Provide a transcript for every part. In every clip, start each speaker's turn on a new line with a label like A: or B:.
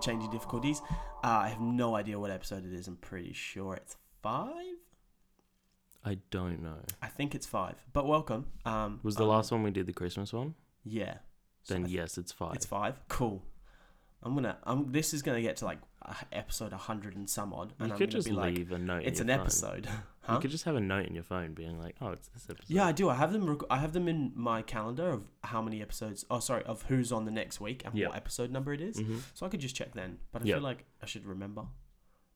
A: changing difficulties. Uh, I have no idea what episode it is. I'm pretty sure it's five.
B: I don't know.
A: I think it's five. But welcome. Um,
B: Was the
A: um,
B: last one we did the Christmas one?
A: Yeah. So
B: Then
A: I
B: yes, it's five.
A: It's five. Cool. I'm gonna. I'm. This is gonna get to like uh, episode 100 and some odd, and
B: you
A: I'm
B: could
A: gonna
B: just
A: be like,
B: leave a note.
A: it's
B: in
A: an
B: your phone.
A: episode. huh?
B: You could just have a note in your phone being like, "Oh, it's this episode."
A: Yeah, I do. I have them. Rec- I have them in my calendar of how many episodes. Oh, sorry, of who's on the next week and
B: Yeah.
A: what episode number it is.
B: Mhm.
A: So I could just check then. But I
B: Yeah.
A: feel like I should remember.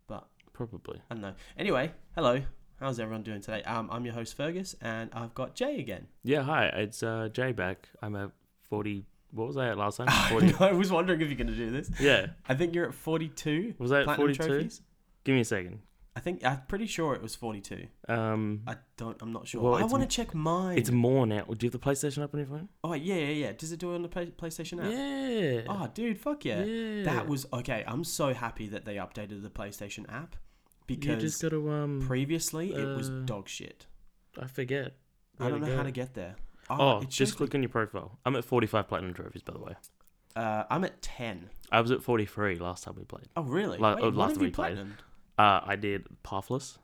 A: But
B: probably.
A: I don't know. Anyway, hello. How's everyone doing today? Um, I'm your host Fergus, and I've got Jay again.
B: Yeah, hi. It's uh, Jay back. I'm at forty. What was I at last time?
A: I,
B: Forty.
A: know, I was wondering if you're going to do this.
B: yeah.
A: I think you're at 42
B: Was I at
A: platinum
B: forty two?
A: trophies.
B: Give me a second.
A: I think I'm pretty sure it was 42.
B: Um,
A: I don't. I'm not sure.
B: Well,
A: I
B: it's
A: want to
B: m-
A: check mine.
B: it's more now. Do you have the PlayStation up on your phone?
A: oh yeah, yeah, yeah. Does it do it on the Play- PlayStation app?
B: Yeah.
A: Oh, dude, fuck yeah.
B: yeah.
A: That was okay. I'm so happy that they updated the PlayStation app
B: You
A: because
B: just got to um.
A: previously it was
B: uh,
A: dog shit.
B: I forget.
A: I
B: where
A: don't know how
B: go.
A: to get there.
B: Oh,
A: it shows
B: just click on your profile. I'm at 45 platinum trophies, by the way.
A: me- Uh, I'm at ten.
B: I was at 43 last time we played.
A: Oh really?
B: Like, oh,
A: Wait,
B: last
A: last week
B: week played.
A: platinum.
B: Uh, I did Pathless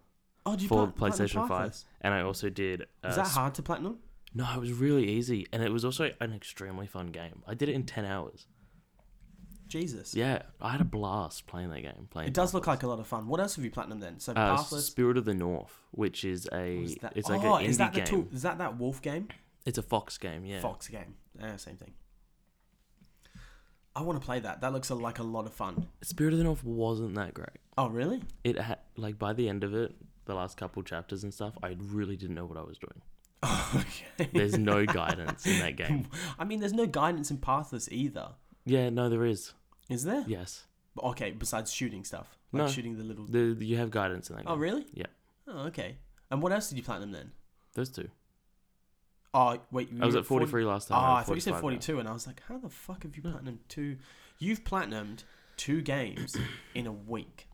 A: Oh, did you
B: for
A: plat- platinum
B: PlayStation 5,
A: Pathless?
B: and I also did. Uh,
A: Is that
B: Sp-
A: hard to platinum?
B: No, it was really easy, and it was also an extremely fun game. I did it in 10 hours.
A: Jesus.
B: Yeah, I had a blast playing that game. Playing
A: It does look like
B: Pathless.
A: a lot of fun. What else have you platinum then? So
B: uh,
A: Pathless.
B: Spirit of the North, which is a
A: was that-
B: it's like
A: oh,
B: an indie
A: is that the
B: game.
A: tool? Is that that wolf game?
B: It's a Fox game, yeah.
A: Fox game. Uh, same thing. I want to play that. That looks like a lot of fun.
B: Spirit of the North wasn't that great.
A: Oh really?
B: It had like by the end of it, the last couple chapters and stuff, I really didn't know what I was doing.
A: okay.
B: There's no guidance in that game.
A: I mean, there's no guidance in Pathless either,
B: Yeah, no, there is.
A: is there?
B: Yes,
A: But Okay, besides shooting stuff, like
B: No.
A: shooting the little.
B: the, you have guidance in that game.
A: Oh really?
B: Yeah.
A: Oh okay. And what else did you platinum then?
B: Those two.
A: Oh wait, you
B: I was
A: were
B: at 43 last time.
A: Oh,
B: I'm
A: I
B: at
A: thought you said
B: 45 now.
A: 42, and I was like, how the fuck have you
B: No.
A: platinumed two? You've platinumed two games in a week.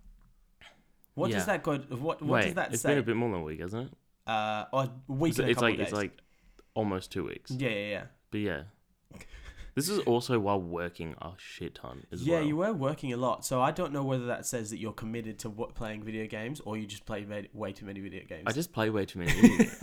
A: What
B: Yeah.
A: does that go? What What
B: Wait,
A: does that
B: it's
A: say?
B: been a bit more than a week, hasn't it?
A: uh, or a week
B: It's,
A: and a
B: it's
A: couple
B: like
A: of days.
B: it's like almost two weeks.
A: yeah, yeah, yeah.
B: But yeah, this is also while working a shit ton as
A: yeah,
B: well.
A: you were working a lot, so I don't know whether that says that you're committed to what, playing video games or you just play ve- way too many video games.
B: I just play way too many. video games,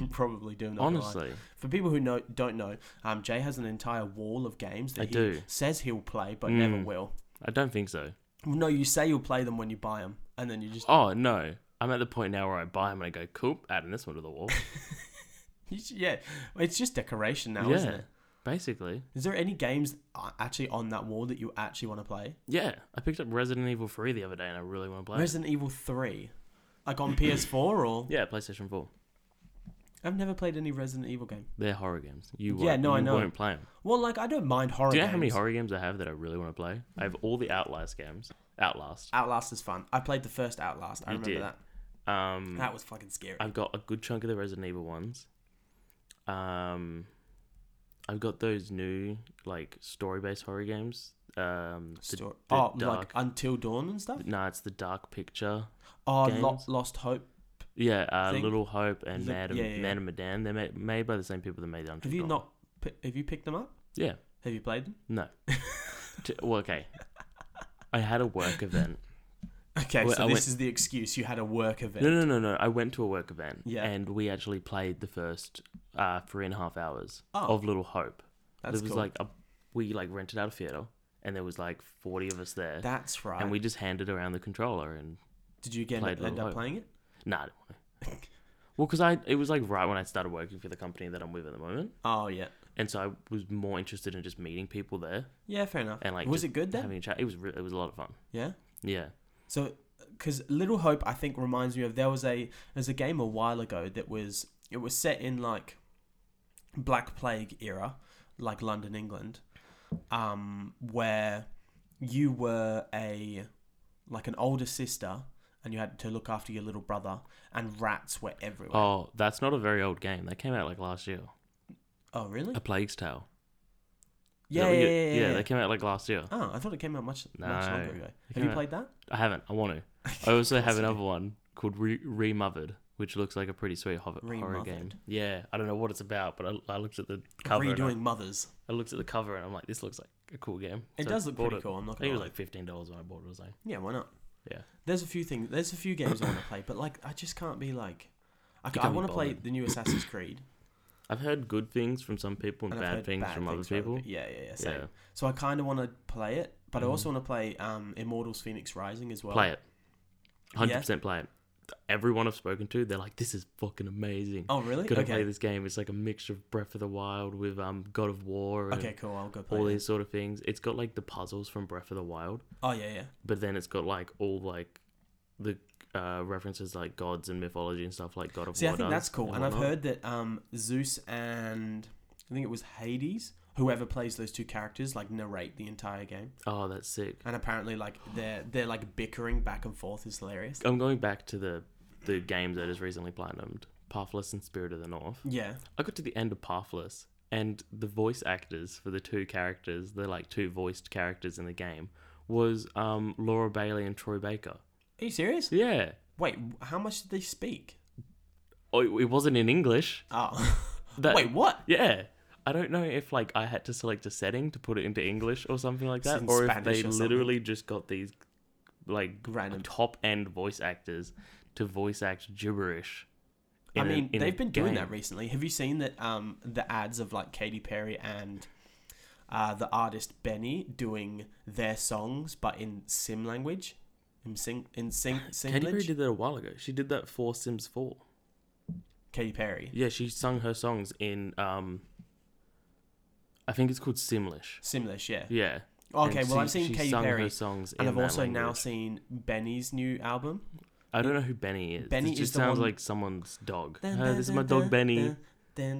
A: you probably do. Not gonna lie.
B: Honestly,
A: for people who know don't know, um, Jay has an entire wall of games that
B: I
A: he
B: do.
A: says he'll play but never
B: Mm.
A: will.
B: I don't think so.
A: No, you say you'll play them when you buy them, and then you just
B: Oh no, I'm at the point now where I buy them and I go, "Cool, adding this one to the wall."
A: you sh- yeah, it's just decoration now,
B: yeah,
A: isn't it?
B: basically.
A: Is there any games uh, actually on that wall that you actually want to play?
B: Yeah, I picked up Resident Evil 3 the other day, and I really want to play. it.
A: Resident Evil Three, like on PS4 or
B: yeah, PlayStation 4.
A: I've never played any Resident Evil game.
B: They're horror games. You
A: Yeah,
B: won't,
A: no, I
B: you
A: know.
B: won't play them.
A: Well, like I don't mind horror.
B: Do you know
A: games.
B: how many horror games I have that I really want to play? I have all the Outlast games. Outlast.
A: Outlast is fun. I played the first Outlast. I
B: You
A: remember
B: did.
A: that.
B: Um,
A: That was fucking scary.
B: I've got a good chunk of the Resident Evil ones. Um, I've got those new like story-based horror games. Um, the,
A: Story.
B: the
A: oh, like
B: dark.
A: Until Dawn and stuff.
B: nah, it's the Dark Picture.
A: Oh, Lo-
B: games.
A: Lost Hope.
B: Yeah, uh,
A: Thing?
B: Little Hope and
A: Li-
B: Mad,
A: yeah, yeah, yeah.
B: Mad and Madan. They're made, made by the same people that made the Until
A: Have you
B: Dawn.
A: not? pi- Have you picked them up?
B: Yeah.
A: Have you played them?
B: No. T- well, okay. I had a work event.
A: Okay,
B: Well,
A: so
B: I
A: this
B: went-
A: is the excuse. You had a work event.
B: No, no, no, no. I went to a work event.
A: Yeah.
B: And we actually played the first uh, three and a half hours
A: Oh.
B: of Little Hope.
A: That's
B: there was
A: cool.
B: like a we like rented out a theater, and there was like forty of us there,
A: That's right.
B: and we just handed around the controller and
A: Did you get
B: played
A: end,
B: Little
A: up
B: Hope.
A: playing it?
B: nah, I don't want to. well, because I it was like right when I started working for the company that I'm with at the moment,
A: Oh yeah,
B: and so I was more interested in just meeting people there
A: yeah, fair enough.
B: and like
A: was
B: just
A: it good then?
B: Having a chat, it was re- it was a lot of fun.
A: Yeah.
B: Yeah,
A: So, because Little Hope, I think reminds me of there was a there's a game a while ago that was it was set in like Black Plague era, like London, England, um, where you were a like an older sister and you had to look after your little brother, and rats were everywhere. Oh,
B: Oh, that's not a very old game. That came out like last year.
A: Oh, really?
B: A Plague's Tale. Is that
A: Yeah,
B: what
A: yeah,
B: you-
A: yeah, yeah, yeah.
B: That came out like last year.
A: Oh, I thought it came out much much
B: No,
A: longer ago.
B: it
A: Have
B: came
A: you
B: out-
A: played that?
B: I haven't. I want to. I also have another one called Re- Remothered, which looks like a pretty sweet ho- horror
A: Remothered.
B: game. Yeah, I don't know what it's about, but I, I looked at the cover. and I-
A: Redoing mothers.
B: I looked at the cover and I'm like, this looks like a cool game.
A: It
B: So
A: does look
B: bought
A: pretty
B: it-
A: cool. I'm
B: I
A: not
B: think
A: gonna
B: it was
A: lie.
B: like fifteen dollars when I bought it. Or something.
A: yeah, why not?
B: Yeah.
A: There's a few things. There's a few games I want to play, but like I just can't be like. I,
B: can't
A: I
B: be
A: want to play
B: bothered.
A: the new Assassin's Creed.
B: I've heard good things from some people and,
A: and I've
B: bad
A: heard
B: things from other
A: from
B: people.
A: Yeah, yeah, yeah. Same.
B: yeah,
A: So I kind of want to play it, but I also
B: Mhm.
A: want to play um, Immortals: Phoenix Rising as well.
B: play it. Hundred
A: Yeah?
B: percent play it. Everyone I've spoken to, they're like, "This is fucking amazing."
A: Oh, really?
B: Gotta
A: okay.
B: play this game. It's like a mixture of Breath of the Wild with um God of War and
A: Okay, cool. I'll go play.
B: all
A: it.
B: these sort of things. It's got like the puzzles from Breath of the Wild,
A: Oh yeah, yeah.
B: but then it's got like all like the uh, references like gods and mythology and stuff like God of
A: See,
B: War.
A: I think
B: does
A: that's cool, and I've
B: whatnot.
A: heard that um, Zeus and I think it was Hades, whoever plays those two characters, like narrate the entire game,
B: Oh, that's sick.
A: and apparently, like they're they're like bickering back and forth is hilarious.
B: I'm going back to the the games that is recently platinumed, Pathless and Spirit of the North.
A: Yeah.
B: I got to the end of Pathless, and the voice actors for the two characters, the like two voiced characters in the game, was um, Laura Bailey and Troy Baker.
A: Are you serious?
B: Yeah.
A: Wait, how much did they speak?
B: Oh, it it wasn't in English.
A: Oh,
B: That,
A: wait, what?
B: Yeah. I don't know if like I had to select a setting to put it into English or something like
A: It's
B: that,
A: in
B: or if
A: Spanish
B: they
A: or something.
B: literally just got these like
A: Random.
B: top end voice actors to voice act gibberish.
A: I
B: in a-
A: mean,
B: in a
A: they've been doing
B: game.
A: that recently. Have you seen that? Um, the ads of like Katy Perry and uh, the artist Benny doing their songs, but in Sim language, in sing, in sing,
B: Katy Perry
A: Singlish.
B: did that a while ago. She did that for Sims Four.
A: Katy Perry.
B: Yeah, she sung her songs in um I think it's called Simlish.
A: Simlish, yeah.
B: Yeah.
A: Okay,
B: And
A: well, I've
B: she-
A: seen
B: she
A: Katy
B: sung her
A: Perry,
B: songs in
A: and I've
B: that
A: also now
B: language.
A: seen Benny's new album.
B: I don't know who Benny is.
A: Benny
B: Benny
A: is
B: just
A: the
B: sounds
A: one-
B: like someone's dog. "Hi, Uh, this is my dog Benny.
A: Nah,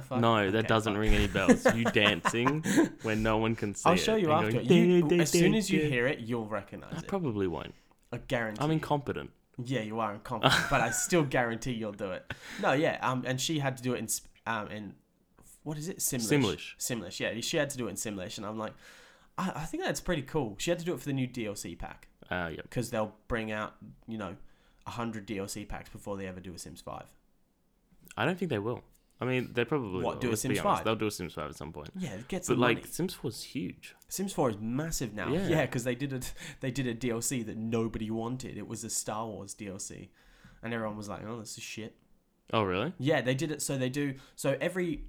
A: fuck.
B: No, that
A: Okay,
B: doesn't
A: fuck.
B: ring any bells. You dancing when no one can see
A: I'll
B: it
A: show you
B: and
A: after.
B: going,
A: You,
B: "Dun, dun,
A: as soon as you
B: dun, dun."
A: hear it, you'll
B: I
A: recognize it.
B: probably won't.
A: I guarantee.
B: I'm incompetent.
A: Yeah, you are incompetent, but I still guarantee you'll do it. No, yeah, um, and she had to do it in, sp- um, in what is it? Simlish. Simlish. yeah, she had to do it in Simlish, and I'm like, I, I think that's pretty cool. She had to do it for the new DLC pack
B: Uh, yep.
A: because they'll bring out, you know, hundred DLC packs before they ever do a Sims Five.
B: I don't think they will. I mean, they probably
A: What,
B: will,
A: do a
B: let's be
A: Sims
B: honest.
A: 5?
B: They'll do a Sims Five at some point.
A: Yeah, it gets
B: but
A: the
B: like
A: money.
B: Sims Four is huge.
A: Sims Four is massive now.
B: Yeah.
A: Yeah, because they did a they did a DLC that nobody wanted. It was a Star Wars DLC, and everyone was like, "Oh, this is shit."
B: Oh really?
A: Yeah, they did it. So they do. So every,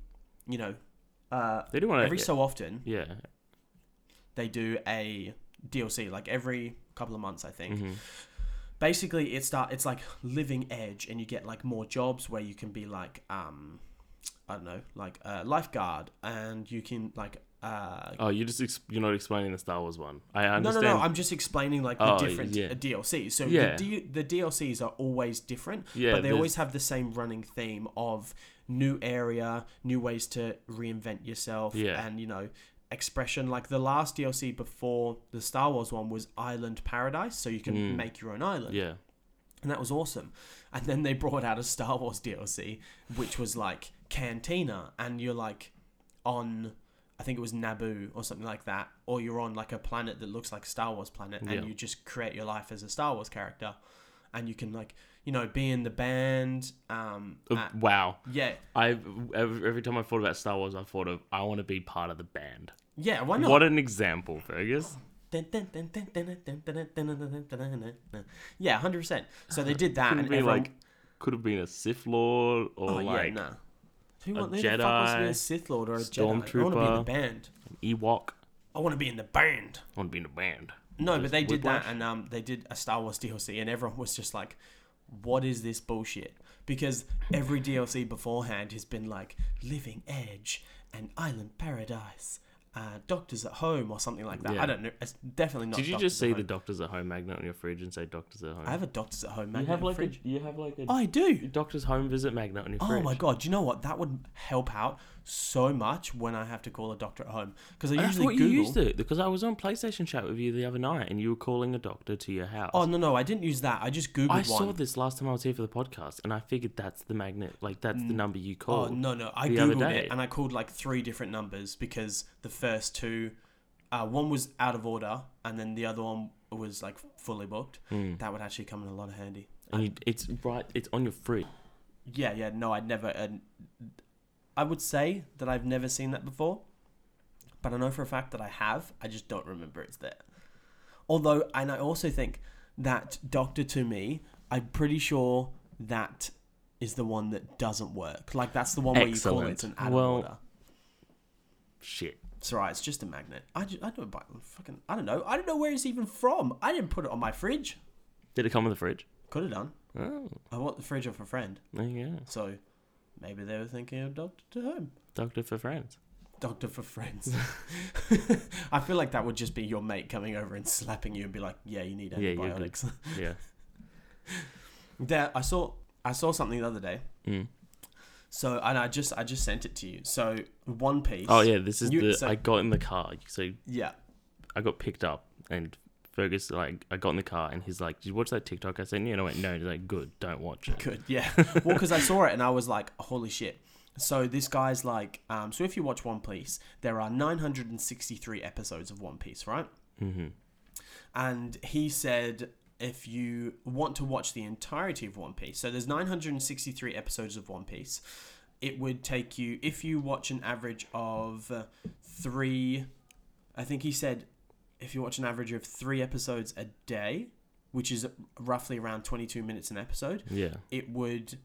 A: you know, uh,
B: They do want to.
A: every so often
B: yeah.
A: they do a DLC, like every couple of months, I think.
B: mhm.
A: Basically, it start. It's like Living Edge, and you get like more jobs where you can be like, um, I don't know, like a lifeguard, and you can like. Uh,
B: Oh, you just ex- you're not explaining the Star Wars one. I
A: no, no,
B: understand.
A: no. I'm just explaining like the
B: Oh,
A: different
B: yeah.
A: uh DLCs. So
B: Yeah.
A: the, D- the DLCs are always different,
B: yeah,
A: but they
B: there's-
A: always have the same running theme of new area, new ways to reinvent yourself,
B: Yeah.
A: and you know expression. Like the last DLC before the Star Wars one was Island Paradise, so you can
B: Mm.
A: make your own island,
B: yeah.
A: and that was awesome. And then they brought out a Star Wars DLC, which was like Cantina, and you're like on. I think it was Naboo or something like that, or you're on like a planet that looks like a Star Wars planet, and
B: Yeah.
A: you just create your life as a Star Wars character, and you can like you know be in the band. Um,
B: Uh,
A: at-
B: wow.
A: yeah,
B: I every, every time I thought about Star Wars, I thought of I want to be part of the band.
A: yeah. Why not?
B: What an example, Fergus.
A: Yeah, hundred percent. So they did that,
B: Could
A: and
B: be
A: everyone,
B: like could have been a Sith Lord or
A: oh yeah,
B: like
A: nah. Who,
B: a
A: want- who the fuck wants to be a
B: Jedi,
A: Sith Lord or a Jedi? I want to be in the
B: Stormtrooper.
A: band.
B: Ewok.
A: I want to be in the band.
B: I want to be in a band.
A: No, but
B: Just
A: they did that,
B: Whiplash?
A: and um, they did a Star Wars DLC, and everyone was just like, "What is this bullshit?" Because every DLC beforehand has been like Living Edge and Island Paradise, uh, Doctors at Home, or something like that.
B: Yeah.
A: I don't know. It's definitely not.
B: Did you
A: Doctors
B: just
A: at
B: see the
A: Home.
B: Doctors at Home magnet on your fridge and say Doctors at Home?
A: I have a Doctors at Home
B: you
A: magnet.
B: have like
A: fridge.
B: a you have like a
A: I do.
B: Doctor's Home visit magnet on your
A: Oh
B: fridge.
A: my god! Do you know what? That would help out so much when I have to call a doctor at home because I
B: I
A: usually
B: thought
A: Google.
B: Oh, you used it because I was on PlayStation chat with you the other night and you were calling a doctor to your house.
A: Oh no no! I didn't use that. I just Googled
B: I
A: one.
B: saw this last time I was here for the podcast, and I figured that's the magnet, like that's the number you
A: Oh
B: called.
A: no no! I
B: the other
A: googled it
B: day.
A: and I called like three different numbers because the first two, uh, one was out of order and then the other one was like fully booked.
B: Hmm.
A: That would actually come in a lot of handy.
B: And you, it's right, it's on your fridge.
A: Yeah yeah no I'd never. Uh, I would say that I've never seen that before, but I know for a fact that I have. I just don't remember it's there. Although, and I also think that Doctor to me, I'm pretty sure that is the one that doesn't work. Like that's the one where you call
B: Excellent.
A: it an atom
B: Well-
A: order.
B: Shit.
A: It's alright. It's just a magnet. I, ju- I don't buy fucking. I don't know. I don't know where it's even from. I didn't put it on my fridge.
B: Did it come with a fridge?
A: Could have done.
B: Oh,
A: I bought the fridge off a friend,
B: there you go.
A: so maybe they were thinking of Doctor to Home.
B: Doctor for friends.
A: Doctor for friends. I feel like that would just be your mate coming over and slapping you and be like, "Yeah, you need
B: Yeah, you're good.
A: antibiotics."
B: Yeah.
A: there, I saw I saw something the other day.
B: Mm.
A: So and I just I just sent it to you. So One Piece.
B: Oh yeah, this is
A: You-
B: the
A: so-
B: I got in the car. So
A: Yeah.
B: I got picked up and Fergus like I got in the car and he's like, "Did you watch that TikTok I sent you?" And I went, "No." And he's like, "Good, don't watch it."
A: Good. Yeah. well, because I saw it and I was like, "Holy shit." So this guy's like, um, so if you watch One Piece, there are 963 episodes of One Piece, right?
B: Mm-hmm.
A: and he said if you want to watch the entirety of One Piece, so there's 963 episodes of One Piece, it would take you if you watch an average of uh, three. I think he said if you watch an average of three episodes a day, which is roughly around 22 minutes an episode,
B: Yeah.
A: it would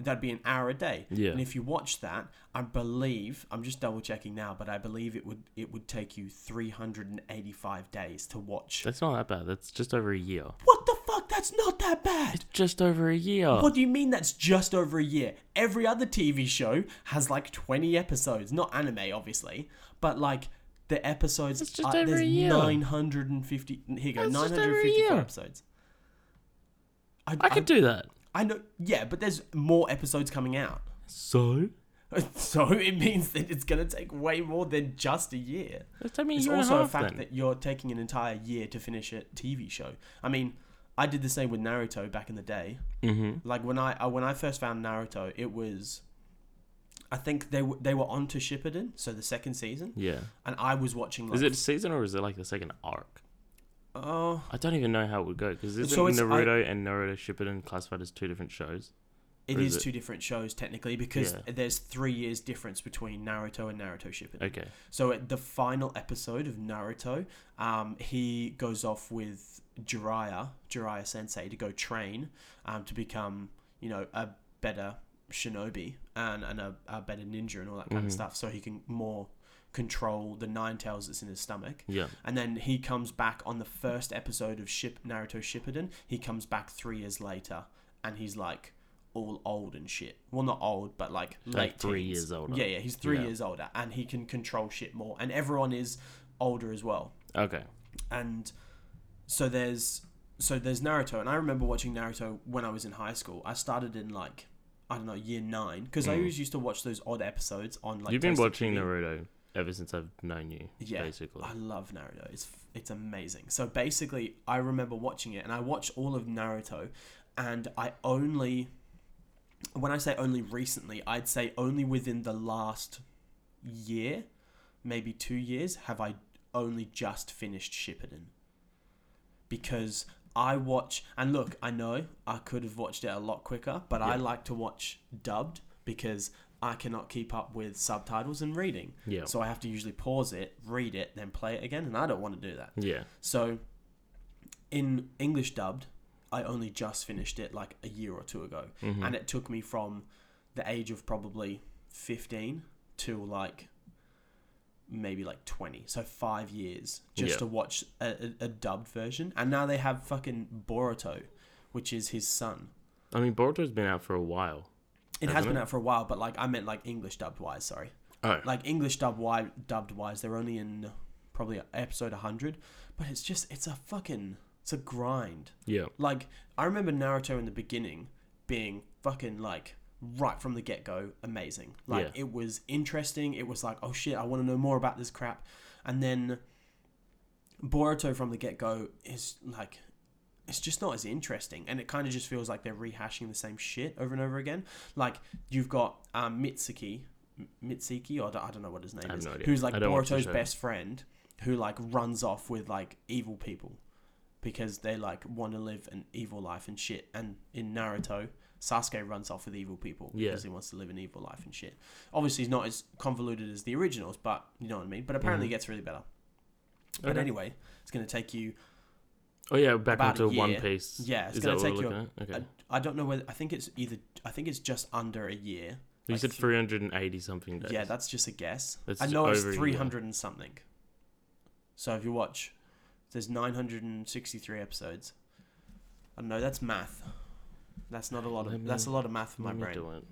A: that'd be an hour a day.
B: Yeah.
A: And if you watch that, I believe I'm just double checking now, but I believe it would it would take you 385 days to watch
B: That's not that bad. That's just over a year.
A: what the fuck? That's not that bad.
B: It's just over a year.
A: What do you mean that's just over a year? Every other TV show has like 20 episodes. Not anime, obviously, but like the episodes.
B: It's just
A: are-
B: over
A: there's
B: a year.
A: 950. Here you go,
B: That's just over a
A: 954
B: year.
A: episodes. I,
B: I could do that.
A: I know. Yeah, but there's more episodes coming out.
B: So
A: So it means that it's going to take way more than just a year.
B: that's taking me a
A: It's
B: year and a
A: also a
B: half.
A: fact
B: then.
A: that you're taking an entire year to finish a TV show. I mean, I did the same with Naruto back in the day.
B: Mhm.
A: Like when I uh, when I first found Naruto, it was, I think they w- they were on to Shippuden, so the second season,
B: Yeah.
A: and I was watching. Like,
B: Is it a season or is it like the second arc?
A: Oh,
B: I don't even know how it would go because isn't
A: So it's- I-
B: Naruto and Naruto Shippuden classified as two different shows?
A: it
B: Or
A: is,
B: is it-
A: two different shows technically because
B: Yeah.
A: there's three years difference between Naruto and Naruto Shippuden.
B: Okay.
A: So at the final episode of Naruto, um, he goes off with Jiraiya, Jiraiya Sensei, to go train um, to become, you know, a better shinobi and, and a, a better ninja and all that kind of
B: Mhm.
A: stuff, so he can more control the nine tails that's in his stomach.
B: Yeah.
A: And then he comes back on the first episode of Ship Naruto Shippuden. He comes back three years later, and he's like all old and shit. Well, not old, but like late
B: Like three
A: teens.
B: years older.
A: Yeah, yeah, he's three
B: Yeah.
A: years older, and he can control shit more. And everyone is older as well.
B: Okay.
A: And so there's so there's Naruto, and I remember watching Naruto when I was in high school. I started in like. I don't know, year nine, because I
B: Mm.
A: always used to watch those odd episodes on like.
B: You've been
A: Taste of
B: watching
A: TV.
B: Naruto ever since I've known you,
A: Yeah. Uh,
B: basically.
A: I love Naruto. It's it's amazing. So basically, I remember watching it, and I watched all of Naruto, and I only, when I say only recently, I'd say only within the last year, maybe two years, have I only just finished Shippuden. Because I watch, and look, I know I could have watched it a lot quicker, but I
B: Yeah.
A: like to watch dubbed because I cannot keep up with subtitles and reading.
B: Yeah.
A: So I have to usually pause it, read it, then play it again, and I don't want to do that.
B: Yeah.
A: So in English dubbed, I only just finished it like a year or two ago,
B: Mhm.
A: and it took me from the age of probably 15 to like maybe like 20 so five years just
B: Yeah.
A: to watch a, a, a dubbed version and now they have fucking boruto which is his son
B: I mean, Boruto's been out for a while.
A: it has
B: Hasn't
A: been
B: it?
A: out for a while but like i meant like english dubbed wise sorry
B: Oh.
A: like English dub wi- dubbed wise, they're only in probably episode 100, but it's just it's a fucking it's a grind.
B: Yeah.
A: Like I remember Naruto in the beginning being fucking like right from the get go amazing. Like
B: Yeah.
A: it was interesting. It was like oh shit, I want to know more about this crap, and then Boruto from the get go is like. It's just not as interesting, and it kind of just feels like they're rehashing the same shit over and over again. Like you've got um, Mitsuki, M- Mitsuki, or I don't, I don't know what his name
B: I have
A: is,
B: no idea.
A: who's like
B: I don't watch the
A: Boruto's
B: show.
A: best friend, who like runs off with like evil people, because they like want to live an evil life and shit. And in Naruto, Sasuke runs off with evil people
B: Yeah.
A: because he wants to live an evil life and shit. Obviously, he's not as convoluted as the originals, but you know what I mean. But apparently, it gets really better. But
B: Mhm. Okay.
A: anyway, it's going to take you.
B: Oh yeah, back
A: about a
B: onto One
A: year.
B: Piece.
A: Yeah, it's
B: Is
A: gonna
B: that what we're
A: take you-
B: looking at? Okay.
A: I, I don't know whether I think it's either. I think it's just under a year.
B: you
A: like
B: said
A: th-
B: 380 something days.
A: Yeah, that's just a guess.
B: That's
A: I
B: just
A: know it's
B: over a year.
A: 300 and something. So if you watch, there's 963 episodes. I don't know, that's math. That's not a lot of
B: Let
A: that's a
B: me-
A: lot of math for my
B: Let me
A: brain.
B: do it.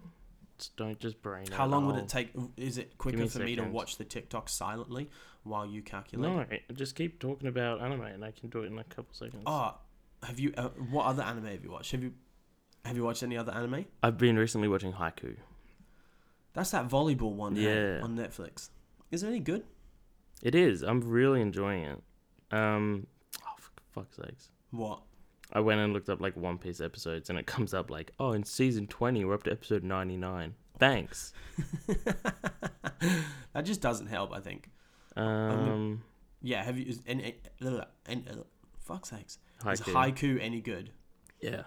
B: Just don't just brain.
A: How long would
B: all.
A: it take? Is it quicker
B: me a
A: for me to
B: second.
A: watch the TikTok silently while you calculate?
B: No, just keep talking about anime, and I can do it in a couple seconds.
A: Oh, have you? Uh, what other anime have you watched? Have you have you watched any other anime?
B: I've been recently watching Haiku.
A: That's that volleyball one. hey,
B: Yeah.
A: on Netflix. Is it any good?
B: It is. I'm really enjoying it. Um, oh, for fuck's sakes.
A: What?
B: I went and looked up like One Piece episodes, and it comes up like, oh, in season 20, we're up to episode 99. Thanks.
A: that just doesn't help. I think.
B: Um,
A: Yeah, have you? Is, and, and, and, and- fuck's sakes, is
B: Haiku.
A: haiku any good?
B: yeah,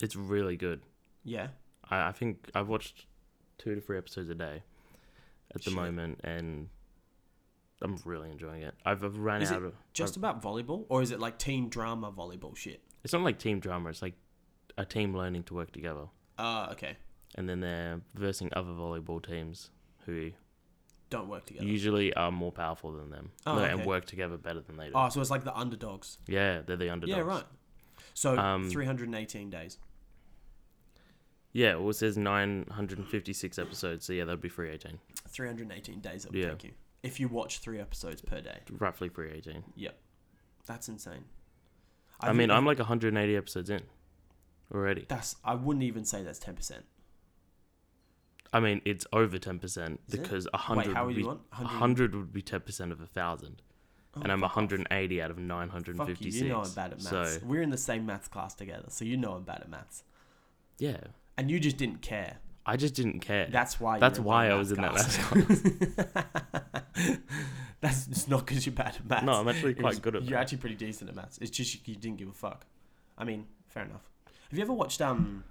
B: it's really good.
A: Yeah,
B: I, I think I've watched two to three episodes a day at the
A: Shit.
B: moment, and I'm really enjoying it. I've, I've run
A: Is it
B: out of
A: just about volleyball, or is it like teen drama volleyball shit?
B: It's not like team drama. It's like a team learning to work together,
A: Uh, okay,
B: and then they're versing other volleyball teams who
A: don't work together.
B: usually are more powerful than them
A: Oh,
B: no, and
A: okay.
B: work together better than they do.
A: Oh, so it's like the underdogs.
B: Yeah, they're the underdogs.
A: Yeah, right. So
B: Um,
A: 318 days.
B: Yeah, well, it says 956 episodes, so yeah, that'd be 318.
A: 318 days it would
B: Yeah.
A: take you if you watch three episodes per day.
B: Roughly 318.
A: That's insane.
B: I, mean, I'm like 180 episodes in already.
A: that's. I wouldn't even say that's 10. percent
B: I mean, it's over 10%
A: Is it?
B: because a
A: Wait,
B: 100
A: how
B: would
A: would
B: be
A: you want?
B: 100 would be 10% of a 1000
A: Oh,
B: and I'm
A: fuck off.
B: 180 out of
A: Fuck you,
B: 956.
A: you know I'm bad at maths.
B: So,
A: We're in the same maths class together, so you know I'm bad at maths.
B: yeah.
A: And you just didn't care.
B: I just didn't care.
A: That's why. you
B: That's
A: were
B: why I was in that
A: maths class. That's it's not because you're bad at maths.
B: no, I'm actually
A: It's-
B: quite good at
A: You're
B: that.
A: actually pretty decent at maths. It's just you, you didn't give a fuck. I mean, fair enough. Have you ever watched um,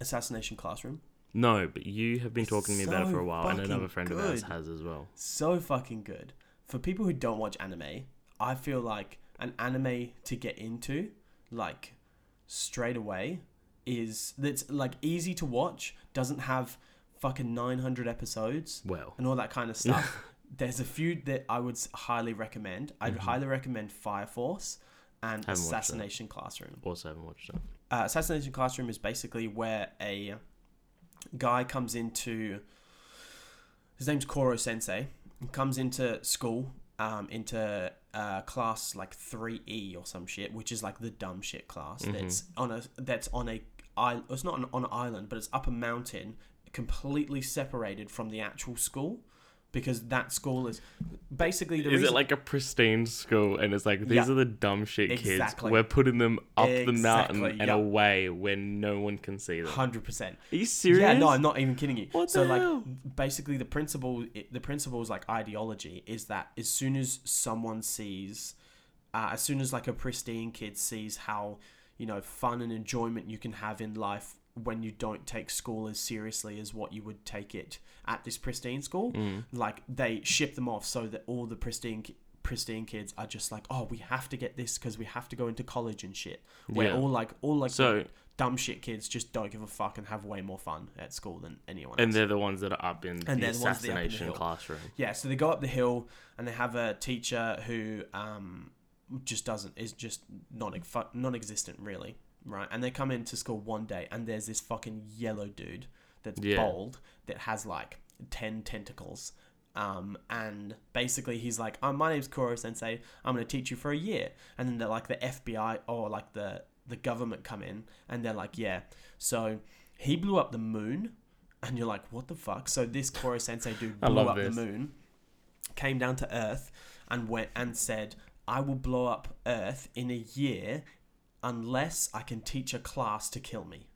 A: Assassination Classroom?
B: No, but you have been
A: It's
B: talking to me about it for
A: so
B: a while, and
A: fucking
B: another friend of ours
A: good.
B: has as well.
A: So fucking good. For people who don't watch anime, I feel like an anime to get into, like straight away, is that's like easy to watch. Doesn't have fucking 900 episodes.
B: Well,
A: and all that kind of stuff. There's a few that I would s- highly recommend. I'd
B: Mhm.
A: highly recommend Fire Force and
B: Haven't watched that.
A: Assassination Classroom.
B: also haven't watched it.
A: Uh, Assassination Classroom is basically where a guy comes into his name's Koro Sensei He comes into school um, into uh, class like three E or some shit, which is like the dumb shit class
B: Mhm.
A: that's on a that's on a island. It's not an, on an island, but it's up a mountain, completely separated from the actual school, because that school is basically the
B: Is
A: reason-
B: it like a pristine school, and it's like these
A: Yeah.
B: are the dumb shit
A: Exactly.
B: kids? We're putting them up the mountain
A: Exactly,
B: and
A: yeah.
B: away where no one can see them.
A: hundred percent.
B: Are you serious?
A: Yeah, no, I'm not even kidding you.
B: What
A: so
B: the
A: like
B: hell?
A: basically the principle it- the principle's like ideology is that as soon as someone sees uh, as soon as like a pristine kid sees how, you know, fun and enjoyment you can have in life when you don't take school as seriously as what you would take it at this pristine school,
B: Mm.
A: like they ship them off so that all the pristine ki- pristine kids are just like, "Oh, we have to get this because we have to go into college and shit." Where
B: Yeah.
A: all like all like
B: So,
A: dumb shit kids just don't give a fuck and have way more fun at school than anyone
B: and
A: else.
B: they're the ones that are up in
A: And
B: the
A: they're the ones that are up in the
B: assassination
A: hill.
B: classroom.
A: yeah, so they go up the hill and they have a teacher who um, just doesn't is just non non existent really, right? And they come into school one day and there's this fucking yellow dude that's
B: Yeah.
A: bald that has like ten tentacles. Um, and basically he's like, oh, my name's Koro Sensei. I'm gonna teach you for a year. And then they're like the FBI or like the the government come in and they're like, yeah. So he blew up the moon, and you're like, what the fuck? So this Koro Sensei dude
B: I
A: blew
B: love
A: up
B: this.
A: the moon, came down to Earth, and went and said, I will blow up Earth in a year unless I can teach a class to kill me.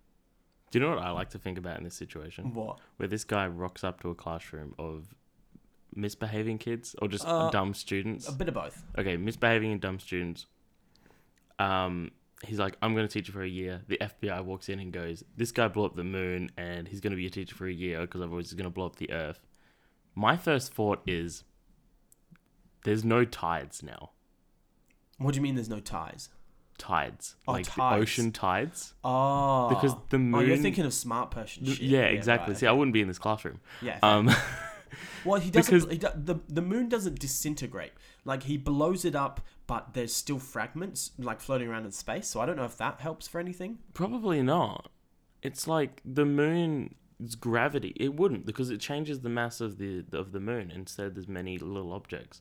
B: Do you know what I like to think about in this situation?
A: What?
B: Where this guy rocks up to a classroom of misbehaving kids or just
A: Uh,
B: dumb students.
A: A bit of both.
B: Okay, misbehaving and dumb students. um, he's like, I'm going to teach you for a year. The FBI walks in and goes, This guy blew up the moon and he's going to be a teacher for a year because otherwise he's going to blow up the earth. My first thought is, There's no tides now.
A: What do you mean there's no ties?
B: Tides.
A: Oh,
B: like the
A: tides.
B: ocean tides.
A: Oh.
B: Because the
A: Oh, you're
B: moon-
A: thinking of smart person
B: Th-
A: shit.
B: yeah, exactly.
A: right,
B: See, I wouldn't be in this classroom.
A: Yeah. fair.
B: Um,
A: well, he doesn't.
B: because-
A: he do, the the moon doesn't disintegrate. Like he blows it up, but there's still fragments like floating around in space. So I don't know if that helps for anything.
B: Probably not. It's like the moon's gravity. It wouldn't because it changes the mass of the of the moon. Instead, there's many little objects.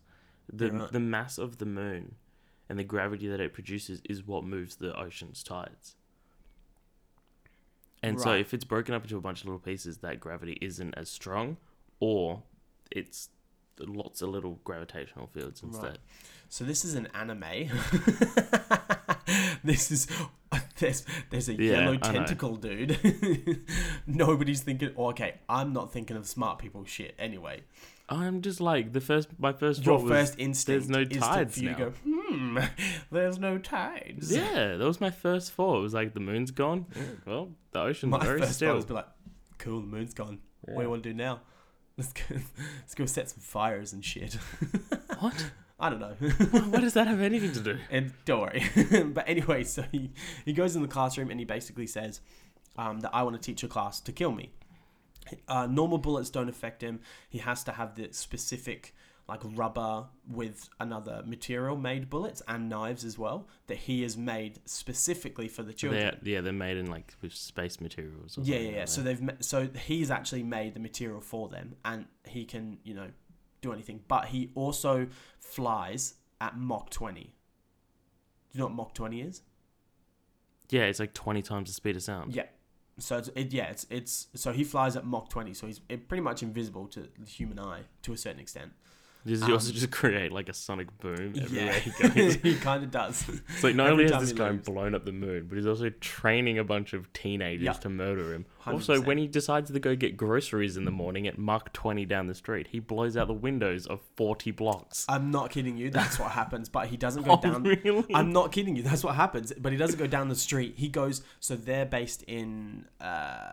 B: The
A: Yeah, right.
B: the mass of the moon and the gravity that it produces is what moves the ocean's tides. And so,
A: Right.
B: if it's broken up into a bunch of little pieces, that gravity isn't as strong, or it's lots of little gravitational fields
A: Right.
B: instead.
A: So this is an anime. this is there's there's a
B: Yeah,
A: yellow
B: I know.
A: tentacle dude. Nobody's thinking. oh, okay, I'm not thinking of smart people shit. Anyway,
B: I'm just like the first. My first
A: your
B: thought was-
A: first instinct
B: no
A: is to,
B: tides
A: for you to
B: now.
A: go. Hmm. There's no tides.
B: Yeah, that was my first thought. It was like the moon's gone. Yeah, well, the ocean's
A: My
B: very
A: first thought
B: still.
A: was be like, cool. The moon's gone. What do
B: Yeah.
A: you want to do now? Let's go. Let's go set some fires and shit.
B: What?
A: I don't know.
B: what does that have anything to do?
A: And don't worry. but anyway, so he, he goes in the classroom and he basically says um, that I want to teach a class to kill me. Uh, normal bullets don't affect him. He has to have the specific like rubber with another material made bullets and knives as well that he has made specifically for the children.
B: They're, yeah, they're made in like with space materials. Or
A: Yeah,
B: something
A: yeah, yeah.
B: like
A: So
B: that.
A: they've ma- so he's actually made the material for them, and he can you know do anything. But he also flies at Mach twenty. Do you know what Mach twenty is?
B: yeah, it's like twenty times the speed of sound.
A: Yeah. So it's, it, yeah, it's it's so he flies at Mach twenty, so he's it, pretty much invisible to the human eye to a certain extent.
B: Does he
A: Um,
B: also just create like a sonic boom everywhere
A: yeah,
B: he goes?
A: he kind of does.
B: It's like not
A: Every
B: only
A: time
B: has this
A: he
B: guy
A: leaves.
B: blown up the moon, but he's also training a bunch of teenagers
A: Yeah.
B: to murder him. Also,
A: 100%.
B: when he decides to go get groceries in the morning at Mark Twenty down the street, he blows out the windows of forty blocks.
A: I'm not kidding you. That's what happens. But he doesn't go
B: Oh,
A: down.
B: really?
A: I'm not kidding you. That's what happens. But he doesn't go down the street. He goes. So they're based in. Uh,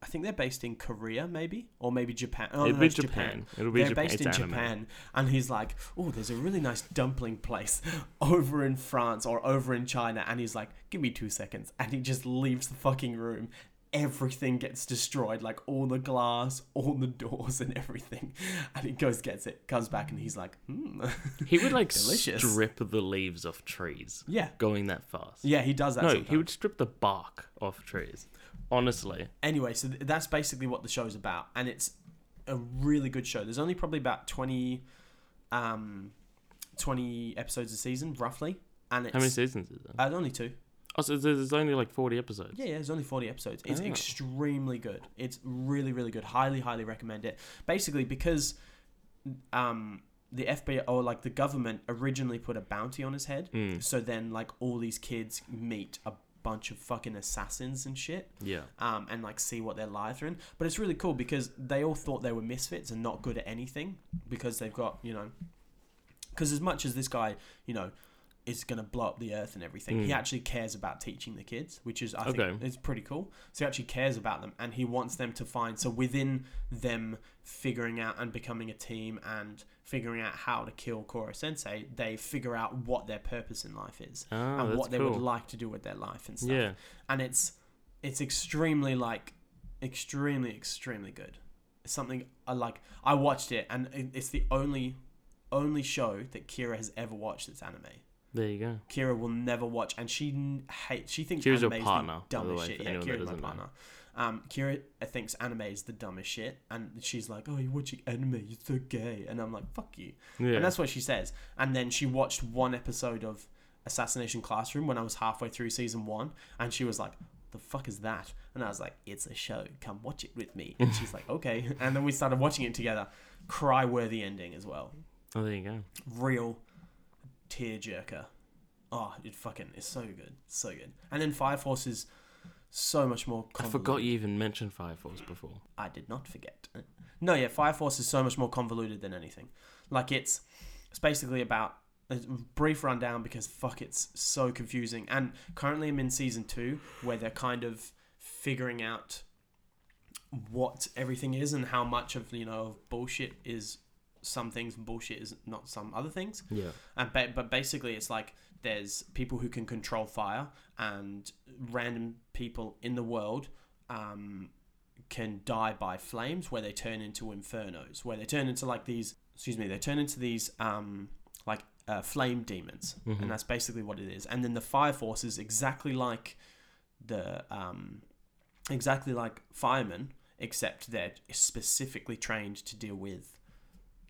A: I think they're based in Korea, maybe, or maybe Japan. Oh, no,
B: It'll
A: no,
B: be
A: it's Japan.
B: Japan. It'll be
A: they're
B: Japan.
A: based
B: It's
A: in
B: anime.
A: Japan, and he's like, "Oh, there's a really nice dumpling place over in France or over in China," and he's like, "Give me two seconds," and he just leaves the fucking room. Everything gets destroyed, like all the glass, all the doors, and everything. And he goes, gets it, comes back, and he's like, "Hmm."
B: He would like
A: Delicious.
B: strip the leaves off trees.
A: yeah,
B: Going that fast.
A: yeah, he does that.
B: no,
A: sometimes.
B: he would strip the bark off trees. Honestly,
A: anyway, so th- that's basically what the show's about, and it's a really good show. There's only probably about 20, um, 20 episodes a season, roughly, and it's
B: how many seasons is there?
A: uh, only two.
B: Oh, so there's there's only like forty episodes.
A: Yeah, yeah, there's only 40 episodes. It's
B: Oh.
A: extremely good. It's really, really good. Highly, highly recommend it. Basically, because um, the FBI or like the government originally put a bounty on his head,
B: Mm,
A: so then like all these kids meet a bunch of fucking assassins and shit
B: yeah.
A: um, and like see what their lives are in. But it's really cool because they all thought they were misfits and not good at anything because they've got you know, because as much as this guy you know is gonna blow up the earth and everything, he
B: Mm.
A: actually cares about teaching the kids, which is I think
B: Okay.
A: is pretty cool. So he actually cares about them and he wants them to find so within them figuring out and becoming a team and figuring out how to kill Koro Sensei, they figure out what their purpose in life is.
B: Ah,
A: and
B: that's
A: what they
B: cool.
A: would like to do with their life and stuff
B: yeah.
A: and it's it's extremely like extremely extremely good it's something i like i watched it and it- it's the only only show that kira has ever watched that's anime
B: There you go.
A: kira will never watch and she n- hates she thinks
B: Kira's your
A: anime's
B: partner,
A: the
B: by the
A: dumbest
B: way,
A: shit
B: for
A: yeah
B: anyone that
A: kira's my
B: doesn't know.
A: partner um, Kira thinks anime is the dumbest shit, and she's like, "Oh, you're watching anime? You're so gay." And I'm like, "Fuck you."
B: Yeah.
A: And that's what she says. And then she watched one episode of Assassination Classroom when I was halfway through season one, and she was like, "The fuck is that?" And I was like, "It's a show. Come watch it with me." And she's like, "Okay." And then we started watching it together. Cry worthy ending as well.
B: oh, there you go.
A: Real tearjerker. Oh, it fucking is so good, so good. And then Fire Force is so much more.
B: I forgot you even mentioned Fire Force before.
A: I did not forget. No, yeah, Fire Force is so much more convoluted than anything. Like it's it's basically about a brief rundown because fuck, it's so confusing. And currently, I'm in season two where they're kind of figuring out what everything is and how much of you know bullshit is some things and bullshit is not some other things.
B: Yeah.
A: And ba- but basically, it's like there's people who can control fire, and random people in the world um, can die by flames, where they turn into infernos, where they turn into like these. Excuse me, they turn into these um, like uh, flame demons,
B: Mhm.
A: and that's basically what it is. And then the fire force is exactly like the um, exactly like firemen, except they're specifically trained to deal with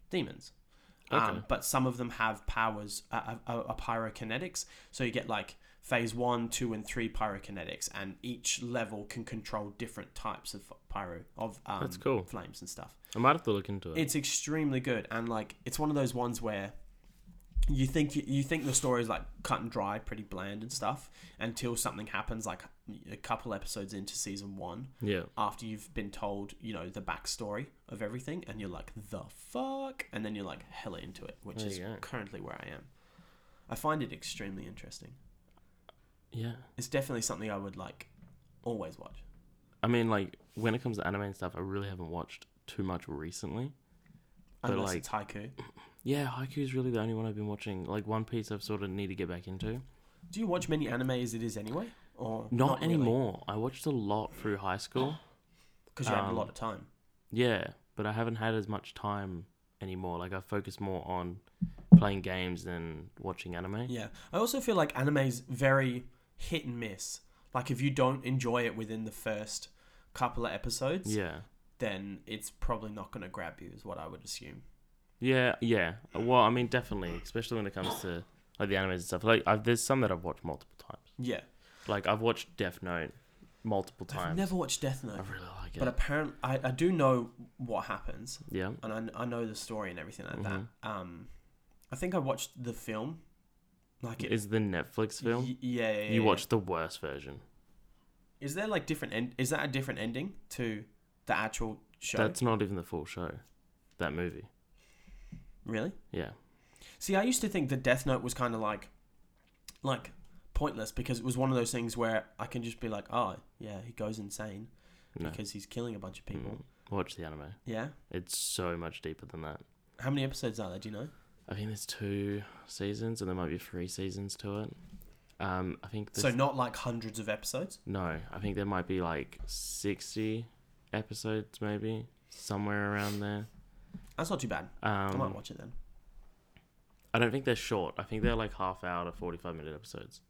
A: demons.
B: Okay.
A: Um, but some of them have powers, uh, uh, uh, pyrokinetics. So you get like phase one, two, and three pyrokinetics, and each level can control different types of pyro of um,
B: That's cool.
A: flames and stuff.
B: I might have to look into it.
A: It's extremely good, and like it's one of those ones where you think you think the story is like cut and dry, pretty bland and stuff, until something happens, like a couple episodes into season one,
B: yeah.
A: after you've been told, you know, the backstory of everything, and you're like, the fuck, and then you're like hella into it, which
B: There
A: is
B: you go.
A: currently where I am. I find it extremely interesting.
B: Yeah.
A: It's definitely something I would like always watch.
B: I mean, like, when it comes to anime and stuff, I really haven't watched too much recently. But,
A: Unless
B: like-
A: it's haiku.
B: Yeah, Haiku's really the only one I've been watching. Like, One Piece I've sort of need to get back into.
A: Do you watch many anime as it is anyway? Or
B: Not,
A: really?
B: anymore. I watched a lot through high school.
A: Because you had a
B: Um,
A: lot of time.
B: Yeah, but I haven't had as much time anymore. Like I focus more on playing games than watching anime.
A: Yeah. I also feel like anime's very hit and miss. Like if you don't enjoy it within the first couple of episodes,
B: Yeah.
A: then it's probably not going to grab you is what I would assume.
B: Yeah, yeah. Well, I mean definitely, especially when it comes to like the animes and stuff. Like I've, there's some that I've watched multiple times.
A: Yeah.
B: Like I've watched Death Note multiple
A: I've
B: times.
A: never watched Death Note.
B: I really like it.
A: But apparently, I, I do know what happens,
B: yeah.
A: and I, I know the story and everything like
B: Mm-hmm.
A: that. Um, I think I watched the film, like it,
B: Is the Netflix film?
A: Y- yeah, yeah, yeah,
B: you
A: yeah.
B: watched the worst version.
A: Is there like different end? Is that a different ending to the actual show?
B: That's not even the full show. That movie.
A: Really?
B: Yeah.
A: See, I used to think that Death Note was kind of like, like pointless because it was one of those things where I can just be like, oh yeah, he goes insane
B: No.
A: because he's killing a bunch of people.
B: Mm. Watch the anime.
A: Yeah.
B: It's so much deeper than that.
A: How many episodes are there? Do you know?
B: I think there's two seasons, and there might be three seasons to it. Um, I think the
A: So not like hundreds of episodes.
B: no, I think there might be like sixty episodes, maybe somewhere around there.
A: That's not too bad. I might
B: Um,
A: watch it then.
B: I don't think they're short. I think they're like half hour to forty-five minute episodes.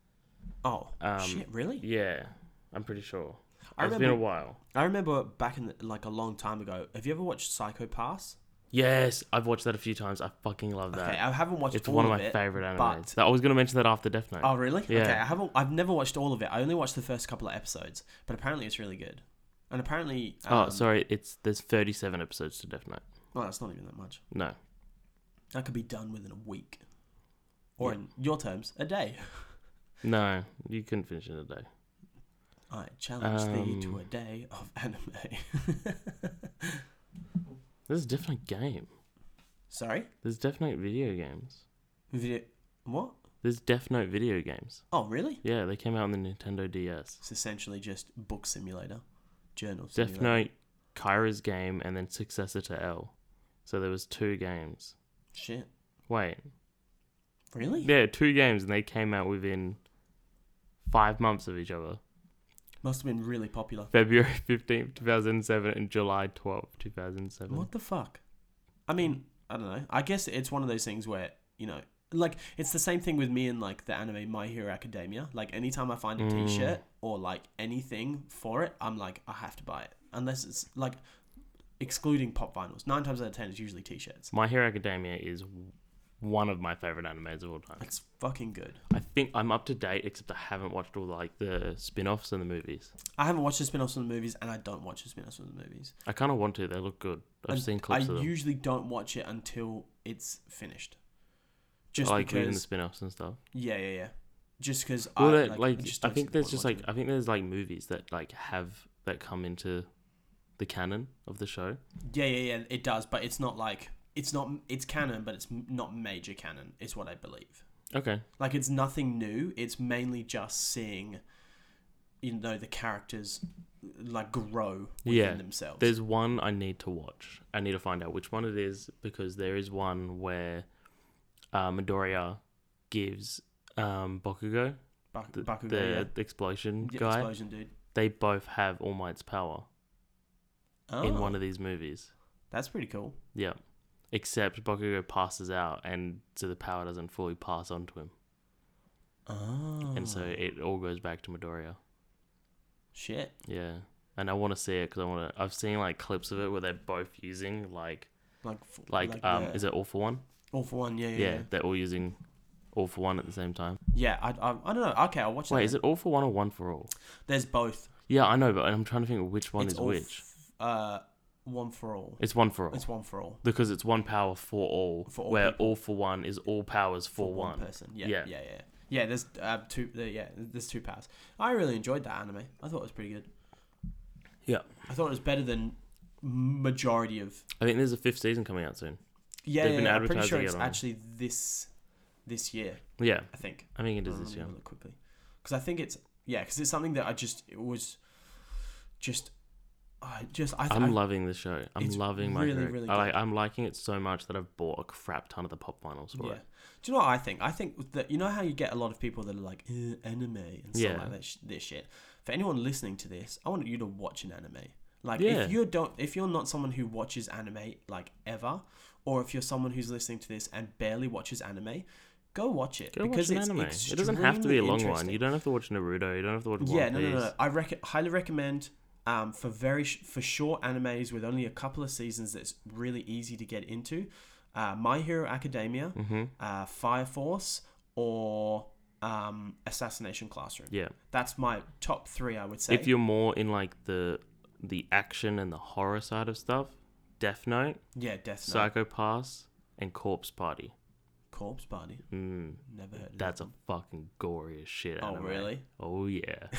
A: Oh
B: Um,
A: shit! Really?
B: Yeah, I'm pretty sure.
A: I
B: it's been a
A: remember.
B: while.
A: I remember back in the, like a long time ago. Have you ever watched Psycho Pass?
B: Yes, I've watched that a few times. I fucking love that.
A: Okay, I haven't watched
B: it's
A: all
B: one of
A: of
B: my
A: it.
B: favorite animes.
A: but-
B: That- I was gonna mention that after Death Note.
A: Oh really?
B: Yeah.
A: Okay, I haven't. I've never watched all of it. I only watched the first couple of episodes, but apparently it's really good. And apparently,
B: Oh,
A: um,
B: sorry. It's there's thirty-seven episodes to Death Note.
A: Well, that's not even that much.
B: No,
A: That could be done within a week, or
B: Yeah.
A: in your terms, a day.
B: no, you couldn't finish it in a day.
A: I challenge thee to
B: Um,
A: a day of anime.
B: There's definitely game.
A: Sorry,
B: There's Death Note video games.
A: Video- what?
B: There's Death Note video games.
A: Oh really?
B: Yeah, they came out on the Nintendo DS.
A: It's essentially just book simulator, journal
B: Death
A: simulator.
B: Note, Kyra's game, and then successor to L. So there was two games.
A: Shit.
B: Wait,
A: Really?
B: yeah, two games, and they came out within five months of each other.
A: Must have been really popular.
B: February fifteenth, two thousand seven, and July twelfth, two thousand seven.
A: What the fuck? I mean, I don't know. I guess it's one of those things where, you know, like it's the same thing with me and like the anime My Hero Academia. Like anytime I find a
B: Mm.
A: shirt or like anything for it, I'm like, I have to buy it. Unless it's like excluding pop vinyls. Nine times out of ten it's usually t shirts.
B: My Hero Academia is one of my favorite animes of all time.
A: It's fucking good.
B: I think I'm up to date, except I haven't watched all like the spin-offs and the movies.
A: I haven't watched the spin offs from the movies and I don't watch the spin offs from the movies.
B: I kind of want to. They look good. I've
A: And
B: seen clips
A: I
B: of them.
A: usually don't watch it until it's finished. Just
B: like even the
A: because
B: spin-offs and stuff.
A: Yeah, yeah, yeah. Just because
B: Well,
A: I
B: they're,
A: like,
B: like,
A: just
B: I
A: don't see
B: think
A: the
B: there's
A: point
B: just
A: watching
B: like I think there's like movies that like have that come into the canon of the show.
A: Yeah, yeah, yeah. It does, but it's not like it's not it's canon, but it's m- not major canon. Is what I believe.
B: Okay.
A: Like it's nothing new. It's mainly just seeing, you know, the characters like grow within
B: Yeah.
A: themselves.
B: There's one I need to watch. I need to find out which one it is because there is one where uh, Midoriya gives um, Bakugo,
A: Bak-
B: the,
A: Bakugo,
B: the
A: yeah.
B: explosion
A: Yeah,
B: guy,
A: explosion dude.
B: they both have All Might's power
A: Oh,
B: in one of these movies.
A: that's pretty cool.
B: Yeah. Except Bakugo passes out, and so the power doesn't fully pass on to him.
A: Oh,
B: And so it all goes back to Midoriya.
A: shit.
B: Yeah. And I want to see it because I want to. I've seen like clips of it where they're both using like
A: Like f-
B: like, um
A: the-
B: is it all for one?
A: all for one? Yeah, yeah.
B: Yeah,
A: Yeah,
B: they're all using all for one at the same time.
A: Yeah, I, I, I don't know. Okay, I'll watch that.
B: Wait, is it all for one or one for all?
A: There's both.
B: Yeah, I know, but I'm trying to think of which one
A: it's
B: is
A: all
B: which.
A: f- uh, one for all.
B: It's one for all
A: It's one for all
B: because it's one power for all,
A: For all
B: where
A: people.
B: all for one is all powers for, one.
A: person. Yeah, yeah,
B: Yeah.
A: yeah, yeah. there's uh, two. Uh, yeah, there's two powers. I really enjoyed that anime. I thought it was pretty good.
B: Yeah.
A: I thought it was better than majority of.
B: I think there's a fifth season coming out soon.
A: Yeah,
B: They've
A: yeah,
B: been
A: yeah, I'm pretty
B: advertising
A: sure
B: it
A: it's
B: on-
A: actually this this year.
B: Yeah,
A: I think.
B: I think it
A: It
B: is
A: is
B: this year.
A: Look quickly, because I think it's yeah, because it's something that I just it was, just, I just I, th- I
B: I'm loving this show. I'm
A: It's
B: loving my.
A: really,
B: Hero.
A: really
B: I
A: good.
B: like, I'm liking it so much that I've bought a crap ton of the pop finals for
A: yeah.
B: it.
A: Do you know what I think? I think that you know how you get a lot of people that are like "Eh, anime and stuff
B: Yeah.
A: like that, sh- this shit. For anyone listening to this, I want you to watch an anime. Like
B: Yeah.
A: if you don't, if you're not someone who watches anime like ever, or if you're someone who's listening to this and barely watches anime, go watch it
B: Go watch an anime. It doesn't have to be a
A: extremely
B: long one.
A: interesting.
B: You don't have to watch Naruto. You don't have to watch One
A: yeah,
B: Piece.
A: no, no, no. I rec- highly recommend um, for very sh- for short animes with only a couple of seasons. That's really easy to get into. Uh, My Hero Academia,
B: hmm
A: uh, Fire Force, or um, Assassination Classroom.
B: Yeah.
A: That's my top three, I would say.
B: If you're more in like the the action and the horror side of stuff, Death Note,
A: yeah, Death Note,
B: Psycho Pass, and Corpse Party.
A: Corpse Party.
B: Mm,
A: Never heard of
B: that's
A: that
B: a fucking gory as shit.
A: one. Oh
B: anime.
A: really?
B: Oh yeah.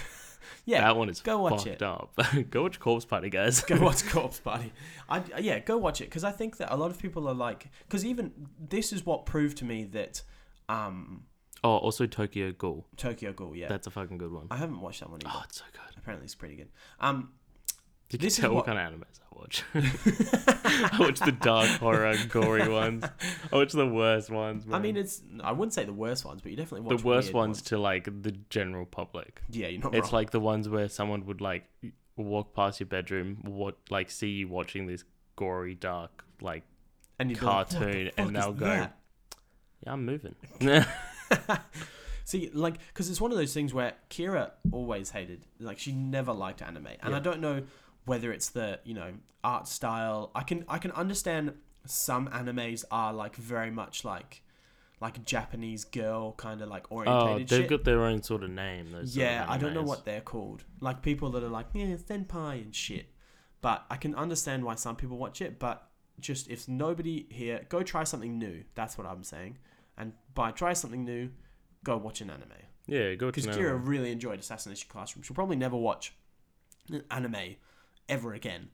A: Yeah.
B: that one is
A: go watch
B: fucked
A: it.
B: up. go watch Corpse Party, guys.
A: go watch Corpse Party. I yeah, go watch it because I think that a lot of people are like because even this is what proved to me that um,
B: Oh, also Tokyo Ghoul.
A: Tokyo Ghoul. Yeah,
B: That's a fucking good one.
A: I haven't watched that one either.
B: Oh, it's so good.
A: Apparently, it's pretty good. Um,
B: Did you
A: This is
B: tell
A: what-
B: what... kind of animes I watch? I watch the dark horror, gory ones. I watch the worst ones.
A: I mean,
B: man.
A: it's I wouldn't say the worst ones, but you definitely
B: the
A: watch
B: worst
A: weird
B: ones to like the general public.
A: Yeah, you're not
B: It's
A: wrong.
B: like the ones where someone would like walk past your bedroom, what like see you watching this gory, dark like
A: and you'd be like, "What the
B: cartoon,
A: fuck
B: and
A: is
B: they'll go,
A: that?"
B: "Yeah, I'm moving."
A: See, like, because it's one of those things where Kira always hated, like, she never liked anime, and
B: Yeah.
A: I don't know whether it's the you know art style. I can I can understand some animes are like very much like like Japanese girl kind of like
B: oh,
A: orientated
B: they've
A: shit.
B: got their own sort of name. Those sort of
A: yeah, I don't know
B: animes.
A: what they're called. Like people that are like yeah senpai and shit. But I can understand why some people watch it. But just if nobody here, go try something new. That's what I'm saying. And by try something new, go watch an anime.
B: Yeah, go to
A: Because Kira really enjoyed Assassination Classroom. She'll probably never watch an anime ever again.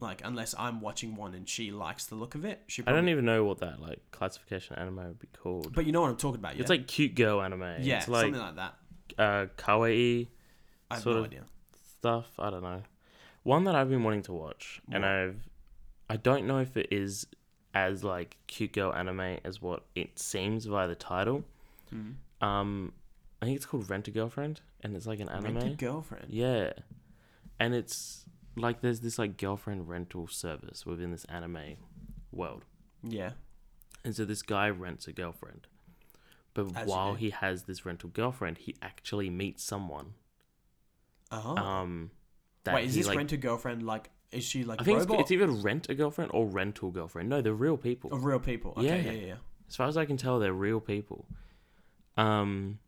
A: Like, unless I'm watching one and she likes the look of it. She
B: I
A: probably,
B: don't even know what that like classification anime would be called.
A: But you know what I'm talking about, yeah?
B: It's like cute girl anime.
A: yeah,
B: it's like
A: something like that.
B: uh, kawaii
A: I have
B: sort
A: no
B: of-
A: idea.
B: stuff. I don't know. One that I've been wanting to watch, and
A: What?
B: I've, I don't know if it is as like cute girl anime as what it seems by the title.
A: Mhm.
B: Um, I think it's called Rent a Girlfriend, and it's like an anime.
A: Rent a girlfriend.
B: Yeah, and it's like there's this like girlfriend rental service within this anime world,
A: Yeah.
B: and so this guy rents a girlfriend. But
A: As you
B: while
A: do.
B: he has this rental girlfriend, he actually meets someone.
A: Oh.
B: Um, that
A: Wait, is
B: he,
A: this
B: like,
A: rent a girlfriend like? Is she like
B: I think it's,
A: robot
B: it's either rent a girlfriend or rental girlfriend. No, they're real people.
A: of real people? Okay, yeah.
B: Yeah.
A: yeah, yeah,
B: As far as I can tell, they're real people. Um,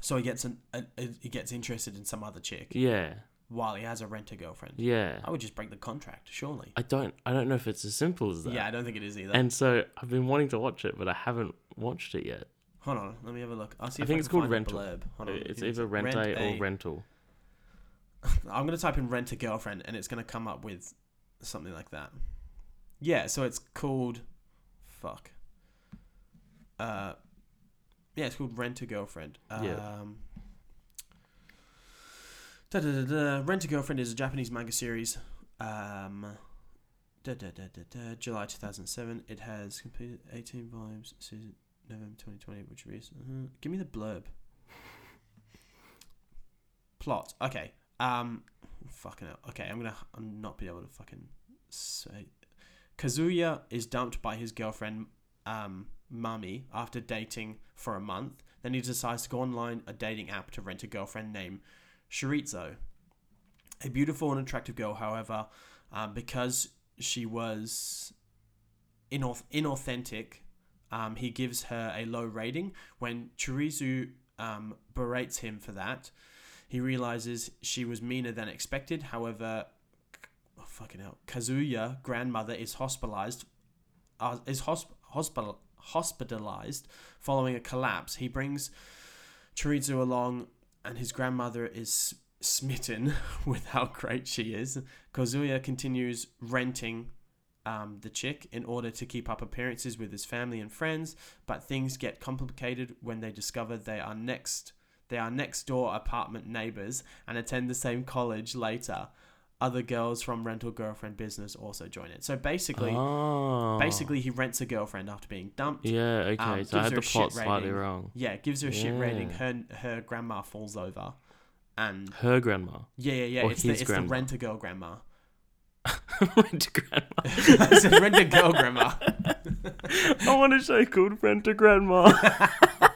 A: So he gets an, an he gets interested in some other chick
B: yeah,
A: while he has a rent a girlfriend.
B: yeah.
A: I would just break the contract, surely.
B: I don't, I don't know if it's as simple as that.
A: Yeah, I don't think it is either.
B: And so I've been wanting to watch it, but I haven't watched it yet.
A: Hold on, let me have a look. I'll see
B: I
A: if
B: think
A: I
B: it's
A: can
B: called
A: find a
B: Rental.
A: blurb. Hold on,
B: it's
A: here
B: either
A: Rent
B: rent a
A: a-
B: or rental.
A: I'm gonna type in rent a girlfriend, and it's gonna come up with something like that. Yeah, so it's called fuck. Uh yeah, it's called Rent a Girlfriend. Um
B: Yeah.
A: da, da, da, da. Rent a Girlfriend is a Japanese manga series. Um da, da, da, da, da, July 2007. It has completed 18 volumes season November 2020, which is uh give me the blurb. Plot. Okay. Um fucking hell. Okay, I'm going to I'm not be able to fucking say Kazuya is dumped by his girlfriend, um, Mami, after dating for a month. Then he decides to go online a dating app to rent a girlfriend named Shirizo. A beautiful and attractive girl, however, um, because she was inauth- inauthentic, um, he gives her a low rating. When Chirizu um, berates him for that, he realizes she was meaner than expected. However, oh, fucking hell, Kazuya grandmother is hospitalized, uh, is hosp- hospital hospitalized following a collapse. He brings Chirizu along, and his grandmother is smitten with how great she is. Kazuya continues renting. Um, the chick in order to keep up appearances with his family and friends, but things get complicated when they discover they are next they are next door apartment neighbors and attend the same college later other girls from rental girlfriend business also join it. So basically,
B: oh.
A: basically he rents a girlfriend after being dumped. Yeah,
B: Yeah, okay.
A: um,
B: so I
A: gives
B: had
A: her
B: the
A: a shit
B: plot slightly
A: rating.
B: wrong.
A: gives her a shit rating.
B: Yeah.
A: Her her grandma falls over, and
B: Her grandma.
A: yeah, yeah, yeah.
B: Or
A: it's the
B: his
A: it's the
B: grandma.
A: rent a girl grandma.
B: rent a grandma.
A: I said rent a girl grandma.
B: I want a show called Rent a Grandma.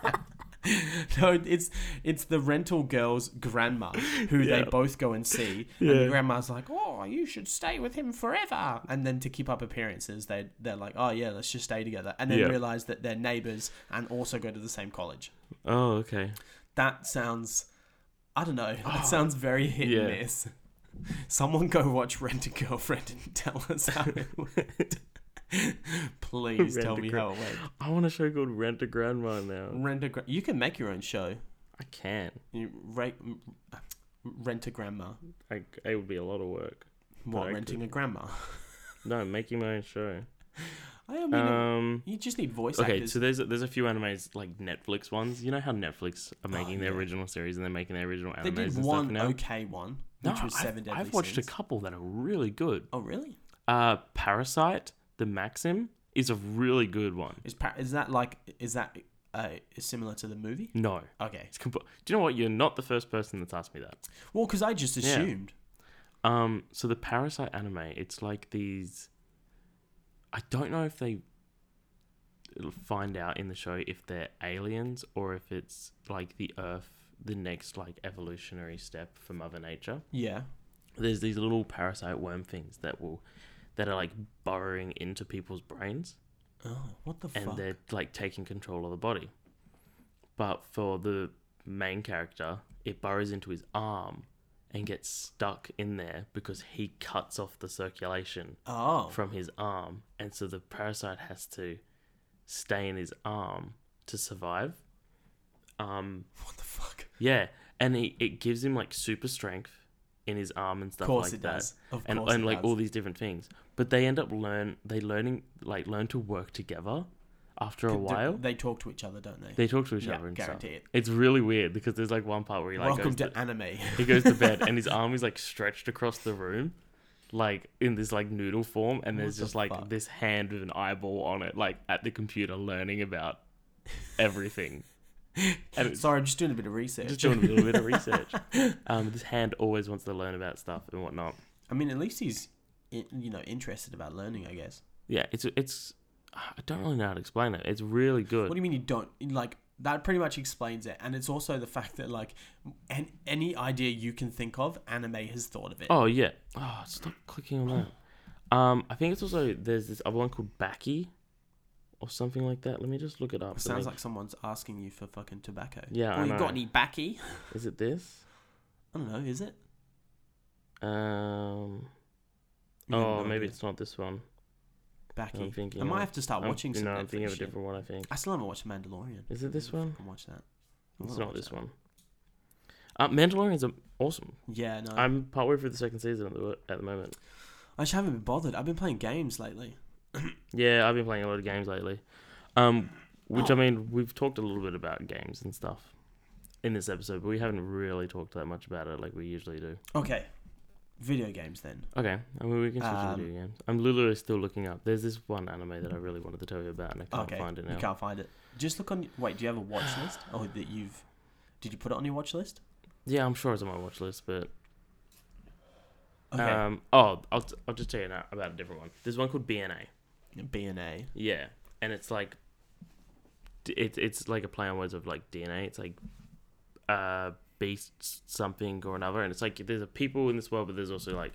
A: No, it's it's the rental girl's grandma who
B: Yeah.
A: they both go and see, and
B: Yeah.
A: the grandma's like, "Oh, you should stay with him forever." And then to keep up appearances, they they're like, "Oh yeah, let's just stay together," and then
B: Yeah.
A: realize that they're neighbors and also go to the same college.
B: oh, okay.
A: That sounds, I don't know,
B: Oh.
A: that sounds very hit
B: Yeah.
A: and miss. Someone go watch Rent a Girlfriend and tell us how it went. Please tell
B: Rent a
A: me
B: Girl-
A: how it went.
B: I want a show called Rent a Grandma now.
A: Rent a, Gr- you can make your own show.
B: I can.
A: You ra- m- uh, rent a grandma.
B: I, it would be a lot of work.
A: What,
B: I
A: renting
B: could-
A: a grandma?
B: No, making my own show.
A: I mean,
B: Um.
A: you just need voice
B: Okay,
A: actors.
B: so there's a, there's a few animes like Netflix ones. You know how Netflix are making their
A: Oh, yeah.
B: original series and they're making their original animes
A: they
B: and
A: did
B: stuff
A: one
B: now.
A: okay one,
B: No,
A: which was
B: I've,
A: Seven Deadly
B: I've watched
A: Sins.
B: a couple that are really good.
A: oh, really?
B: Uh, Parasite, the Maxim, is a really good one.
A: Is pa- is that like is that uh, similar to the movie?
B: No,
A: Okay.
B: it's comp- do you know what? You're not the first person that's asked me that.
A: Well, because I just
B: Yeah.
A: assumed.
B: Um, so the Parasite anime, it's like these. I don't know if they it'll find out in the show if they're aliens or if it's like the Earth, the next like evolutionary step for Mother Nature.
A: Yeah.
B: There's these little parasite worm things that will, that are like burrowing into people's brains
A: Oh, what the
B: and
A: fuck?
B: they're like taking control of the body. But for the main character, it burrows into his arm and gets stuck in there because he cuts off the circulation
A: Oh,
B: from his arm, and so the parasite has to stay in his arm to survive. Um,
A: what the fuck?
B: yeah, and it, it gives him like super strength in his arm and
A: Of
B: stuff
A: course
B: like
A: it
B: that
A: does. Of
B: and,
A: course
B: and
A: it
B: like
A: does.
B: all these different things. But they end up learn they learning like learn to work together after a
A: Do-
B: while.
A: They talk to each other, don't they?
B: They talk to each
A: yeah,
B: other and stuff.
A: guarantee it.
B: It's really weird because there's like one part where he like
A: Welcome
B: goes
A: to
B: to,
A: anime.
B: he goes to bed and his arm is like stretched across the room, like in this like noodle form, and
A: What
B: there's
A: the
B: just like
A: fuck?
B: this hand with an eyeball on it, like at the computer learning about everything. and it's
A: Sorry, I'm just doing a bit of research.
B: just doing a little bit of research. Um, this hand always wants to learn about stuff and whatnot.
A: I mean, at least he's, i- you know, interested about learning. I guess.
B: Yeah, it's it's. I don't really know how to explain it. It's really good.
A: What do you mean you don't like? That pretty much explains it, and it's also the fact that like, an, any idea you can think of, anime has thought of it.
B: oh yeah. Oh, stop clicking on that. Um, I think it's also there's this other one called Backy, or something like that. Let me just look it up.
A: It sounds like someone's asking you for fucking tobacco.
B: Yeah,
A: Or
B: I
A: you
B: know.
A: got any backy?
B: Is it this?
A: I don't know. Is it?
B: Um.
A: You have
B: Oh,
A: no
B: maybe
A: idea.
B: it's not this one.
A: backy.
B: thinking
A: I might
B: of-
A: have to start
B: I'm-
A: watching some
B: No, I'm thinking
A: Netflix
B: of a
A: shit.
B: different one. I think
A: I still haven't watched Mandalorian.
B: Is it
A: I
B: this
A: need to
B: one?
A: fucking watch that. I
B: it's
A: wanna
B: not
A: watch
B: this
A: that.
B: one. Uh, Mandalorian's a- awesome.
A: Yeah, no.
B: I'm partway through the second season at the, at the moment.
A: I just haven't been bothered. I've been playing games lately.
B: Yeah, I've been playing a lot of games lately. Um, which I mean, we've talked a little bit about games and stuff in this episode, but we haven't really talked that much about it like we usually do.
A: Okay, video games then.
B: Okay, I mean we can switch
A: Um,
B: to video games. I'm literally still looking up. There's this one anime that I really wanted to tell you about, and I can't
A: okay,
B: find it now.
A: you can't find it. Just look on. Wait, do you have a watch list? Oh, that you've. Did you put it on your watch list?
B: Yeah, I'm sure it's on my watch list, but
A: Okay,
B: um, oh, I'll t- I'll just tell you now about a different one. There's one called BNA.
A: B and A.
B: Yeah, and it's like d- it, it's like a play on words of like DNA. It's like uh beast something or another, and it's like there's a people in this world, but there's also like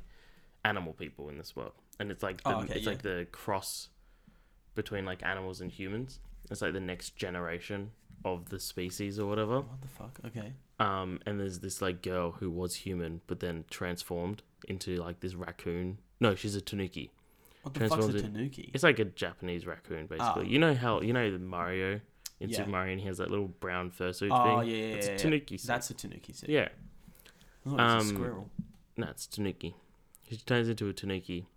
B: animal people in this world, and it's like the,
A: Oh, okay,
B: it's
A: yeah.
B: like the cross between like animals and humans. It's like the next generation of the species or whatever.
A: What the fuck? Okay.
B: Um, and there's this like girl who was human but then transformed into like this raccoon. No, she's a tanuki.
A: What the fuck's a
B: Transforms it-
A: tanuki?
B: It's like a Japanese raccoon, basically.
A: Ah.
B: You know how you know the Mario in
A: Yeah.
B: Super Mario, and he has that little brown fursuit
A: Oh
B: thing.
A: yeah, yeah,
B: it's
A: yeah,
B: a
A: yeah.
B: tanuki. suit.
A: That's a tanuki. Suit.
B: yeah.
A: I thought it was a
B: Um,
A: squirrel.
B: No, it's tanuki. She turns into a tanuki,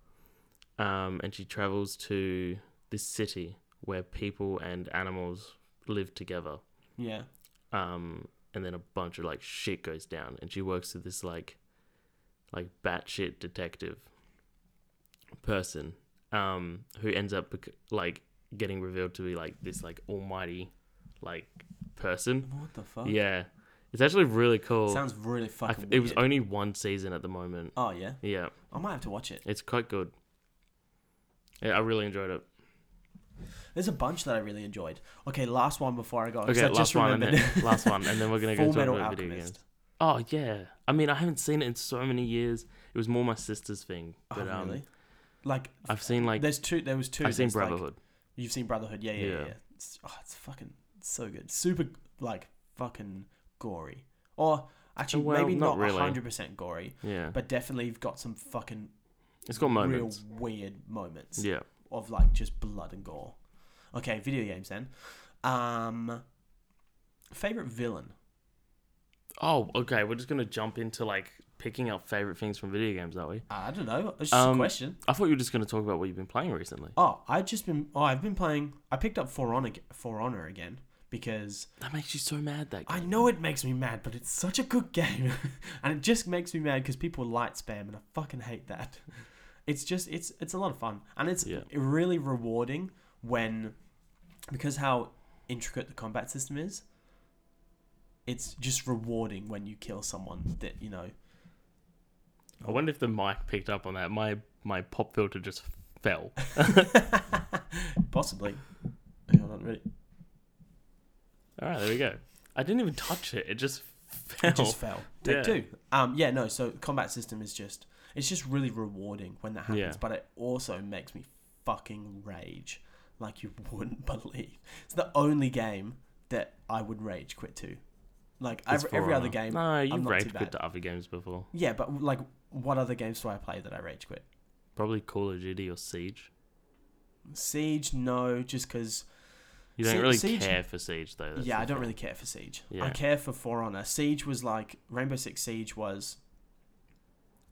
B: um, and she travels to this city where people and animals live together.
A: Yeah.
B: Um, and then a bunch of like shit goes down, and she works with this like, like batshit detective person, um, who ends up bec- like getting revealed to be like this like almighty, like person.
A: What the fuck?
B: Yeah, it's actually really cool.
A: Sounds really
B: I
A: fucking.
B: th- it was
A: weird.
B: only one season at the moment.
A: Oh yeah,
B: Yeah,
A: I might have to watch it.
B: it's quite good. Yeah, I really enjoyed it.
A: There's a bunch that I really enjoyed. Okay, last one before I go. 'cause
B: Okay,
A: Oh, I
B: last
A: just
B: one, and
A: remembered.
B: then, last one, and then we're gonna go
A: Full
B: talk
A: Metal
B: about video games.
A: Alchemist.
B: Oh yeah, I mean I haven't seen it in so many years. It was more my sister's thing,
A: Oh,
B: but um,
A: really? Like,
B: I've seen like
A: there's two. There was 2
B: I've seen
A: there's, like-
B: Brotherhood.
A: you've seen Brotherhood, yeah, yeah, yeah.
B: Yeah.
A: yeah. It's, oh, it's fucking so good. Super, like fucking gory, or actually
B: well,
A: maybe not
B: not really.
A: hundred percent gory,
B: yeah,
A: but definitely you've got some fucking
B: it's got moments.
A: real weird moments
B: Yeah,
A: of like just blood and gore. Okay, video games then. Um, favorite villain.
B: Oh, okay. We're just gonna jump into like picking up favorite things from video games, are we?
A: I don't know. It's just
B: Um,
A: a question.
B: I thought you were just gonna talk about what you've been playing recently.
A: Oh, I've just been. Oh, I've been playing. I picked up For Honor, For Honor again because
B: That makes you so mad. That
A: I know it makes me mad, but it's such a good game, and it just makes me mad because people light spam, and I fucking hate that. It's just it's it's a lot of fun, and it's
B: Yeah.
A: really rewarding when because how intricate the combat system is. It's just rewarding when you kill someone that you know.
B: I wonder if the mic picked up on that. My my pop filter just fell.
A: Possibly, hold on, ready?
B: All right, there we go. I didn't even touch it. It just fell.
A: It just fell. Take
B: Yeah.
A: two. Um, yeah, no. So combat system is just it's just really rewarding when that happens,
B: Yeah.
A: but it also makes me fucking rage like you wouldn't believe. It's the only game that I would rage quit to. Like
B: It's
A: every, every
B: For
A: other
B: Honor.
A: game.
B: No, you
A: I'm not
B: rage
A: too bad.
B: quit to other games before.
A: Yeah, but like what other games do I play that I rage quit?
B: Probably Call of Duty or Siege.
A: Siege, no, just because.
B: You don't
A: Sie-
B: really
A: Siege-
B: care for Siege though. that's
A: Yeah,
B: the
A: I don't
B: thing.
A: really care for Siege.
B: Yeah.
A: I care for For Honor. Siege was like Rainbow Six Siege was.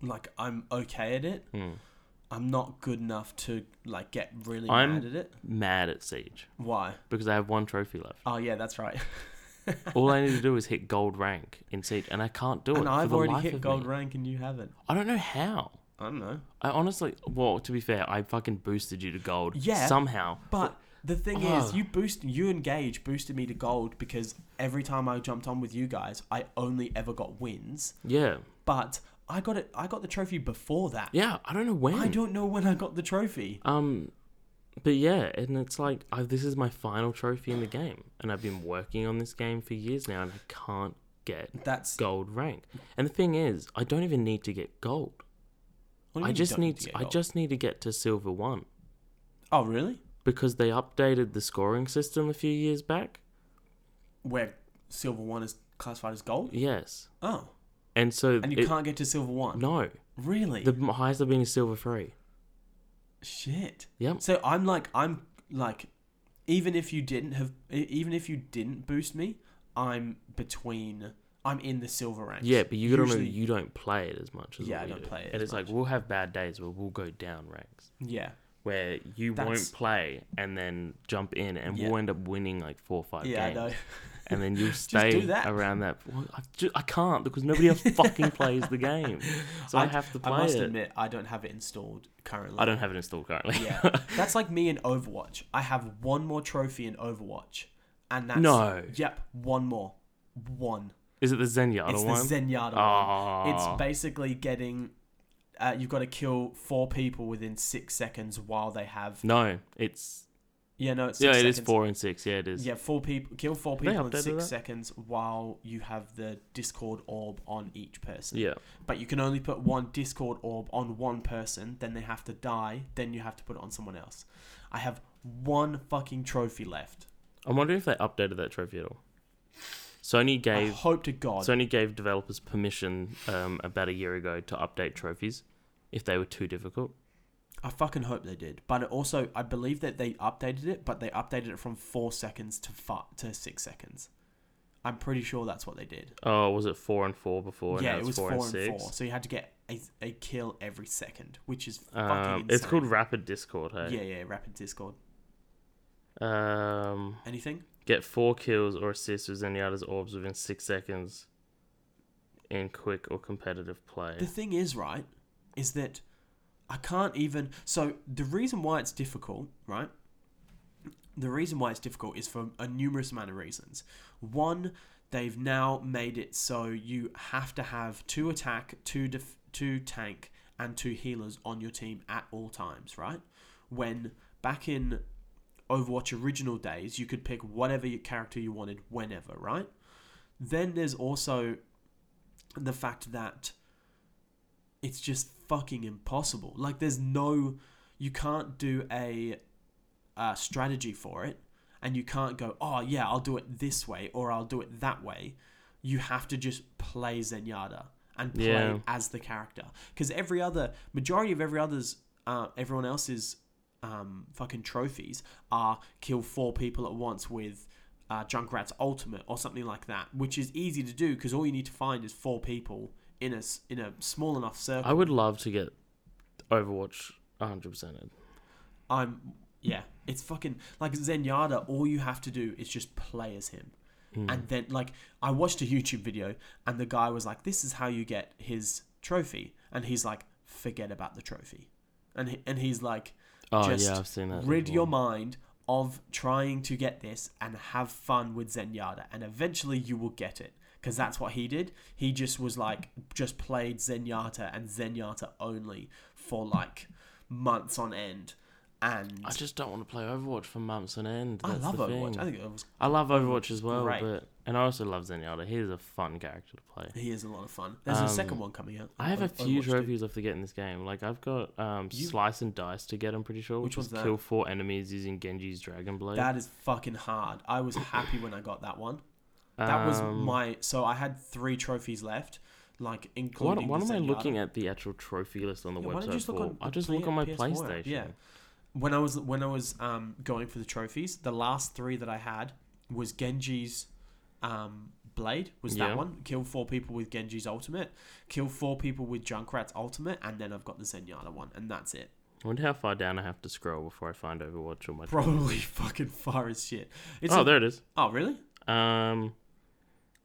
A: Like I'm okay at it,
B: Hmm.
A: I'm not good enough to like get really
B: I'm-
A: mad at it.
B: Mad at Siege
A: Why?
B: because I have one trophy left.
A: Oh yeah, that's right.
B: All I need to do is hit gold rank in Siege, and I can't do it.
A: and
B: for
A: I've
B: the
A: already
B: life
A: hit
B: of
A: gold
B: me.
A: rank and you haven't.
B: I don't know how.
A: I don't know.
B: I honestly, well, to be fair, I fucking boosted you to gold.
A: Yeah,
B: Somehow.
A: But the thing
B: Oh.
A: is, you boost, you engage boosted me to gold because every time I jumped on with you guys, I only ever got wins.
B: Yeah.
A: But I got it. I got the trophy before that.
B: Yeah. I don't know when.
A: I don't know when I got the trophy.
B: Um, but yeah, and it's like I, this is my final trophy in the game, and I've been working on this game for years now, and I can't get
A: That's.
B: gold rank. And the thing is, I don't even need to get gold.
A: what do you mean
B: I
A: you
B: just
A: don't
B: need.
A: to
B: To,
A: get
B: I
A: gold?
B: just need to get to silver one.
A: Oh really?
B: because they updated the scoring system a few years back.
A: Where silver one is classified as gold?
B: Yes,
A: Oh,
B: and so
A: and you
B: it-
A: can't get to silver one.
B: no,
A: Really?
B: the m- highest I've been is silver three.
A: Shit.
B: Yep.
A: So I'm like, I'm like, even if you didn't have, e- even if you didn't boost me, I'm between, I'm in the silver ranks.
B: Yeah, but you gotta
A: Usually-
B: remember you don't play it as much as
A: Yeah,
B: what
A: I
B: we
A: don't play it
B: and
A: as
B: it's like we'll have bad days where we'll go down ranks.
A: Yeah.
B: where you
A: That's-
B: won't play and then jump in, and
A: Yeah.
B: we'll end up winning like four or five
A: yeah,
B: games,
A: I know.
B: and then you'll
A: do
B: stay
A: that.
B: around that. Well, I, ju- I can't because nobody else fucking plays the game, so I,
A: I-
B: have to play
A: I must
B: it.
A: admit, I don't have it installed currently.
B: I don't have it installed currently.
A: yeah, that's like me in Overwatch. I have one more trophy in Overwatch, and that's
B: No.
A: Yep, one more, one.
B: Is it the Zenyatta
A: It's the
B: one?
A: Zenyatta one.
B: oh,
A: It's basically getting. Uh, you've got to kill four people within six seconds while they have.
B: no, it's
A: Yeah, no, it's
B: yeah,
A: six
B: it is
A: seconds.
B: four and six. Yeah, it is.
A: Yeah, four people kill four
B: They
A: people in
B: updated
A: six
B: that?
A: seconds while you have the Discord orb on each person.
B: yeah.
A: But you can only put one Discord orb on one person, then they have to die, then you have to put it on someone else. I have one fucking trophy left.
B: I'm wondering if they updated that trophy at all. Sony
A: I
B: gave
A: hope to Oh, God.
B: Sony gave developers permission um, about a year ago to update trophies if they were too difficult.
A: I fucking hope they did. But it also, I believe that they updated it, but they updated it from four seconds to fi- to six seconds. I'm pretty sure that's what they did.
B: Oh, was it four and four before? and
A: yeah,
B: now
A: it
B: it's
A: was
B: four, and six.
A: four. So you had to get a, a kill every second, which is fucking
B: Um,
A: insane.
B: it's called Rapid Discord. Hey.
A: Yeah, yeah, rapid Discord.
B: Um,
A: Anything?
B: get four kills or assists with any other's orbs within six seconds in quick or competitive play.
A: The thing is, right, is that I can't even. So the reason why it's difficult, right? The reason why it's difficult is for a numerous amount of reasons. One, they've now made it so you have to have two attack, two def- two tank, and two healers on your team at all times, right? When back in Overwatch original days, you could pick whatever your character you wanted whenever, right? Then there's also the fact that it's just fucking impossible. Like there's no, you can't do a uh, strategy for it, and you can't go, oh yeah, I'll do it this way or I'll do it that way. You have to just play Zenyatta and play
B: Yeah.
A: as the character because every other majority of every others, uh, everyone else's um, fucking trophies are kill four people at once with uh, Junkrat's ultimate or something like that, which is easy to do because all you need to find is four people in a s- in a small enough circle.
B: I would love to get Overwatch 100 percent
A: I'm yeah, it's fucking like Zenyatta. All you have to do is just play as him, and then like I watched a YouTube video and the guy was like, "This is how you get his trophy," and he's like, "Forget about the trophy," and he, and he's like,
B: Oh
A: Just
B: yeah, I've seen that.
A: rid
B: before.
A: your mind of trying to get this and have fun with Zenyatta, and eventually you will get it. Because that's what he did. He just was like, just played Zenyatta and Zenyatta only for like months on end. And
B: I just don't want to play Overwatch for months on end.
A: I
B: That's
A: love
B: the
A: Overwatch.
B: Thing.
A: I think it was,
B: I love Overwatch as well,
A: Great.
B: but and I also love Zenyatta. He is a fun character to play.
A: he is a lot of fun. There's a second one coming out.
B: Um, I have a
A: Over-
B: few
A: Overwatch two.
B: trophies left to get in this game. Like I've got um,
A: You-
B: slice and dice to get. I'm pretty sure,
A: Which
B: which, was
A: one's that?
B: kill four enemies using Genji's dragon blade.
A: That is fucking hard. I was happy when I got that one. That was
B: Um,
A: my. So I had three trophies left, like
B: What,
A: including.
B: what
A: the
B: am I
A: Zenyatta.
B: looking at the actual trophy list on the
A: Yeah,
B: website
A: why don't you just look
B: for?
A: on
B: I'll
A: the
B: just
A: Play-
B: look on my
A: PS4
B: PlayStation.
A: app, yeah. when I was when I was um, going for the trophies, the last three that I had was Genji's um, blade was
B: Yeah.
A: that one. Kill four people with Genji's ultimate. Kill four people with Junkrat's ultimate, and then I've got the Zenyatta one, and that's it.
B: I wonder how far down I have to scroll before I find Overwatch on my.
A: Probably fucking far as shit. It's
B: oh,
A: a-
B: there it is.
A: oh really?
B: Um,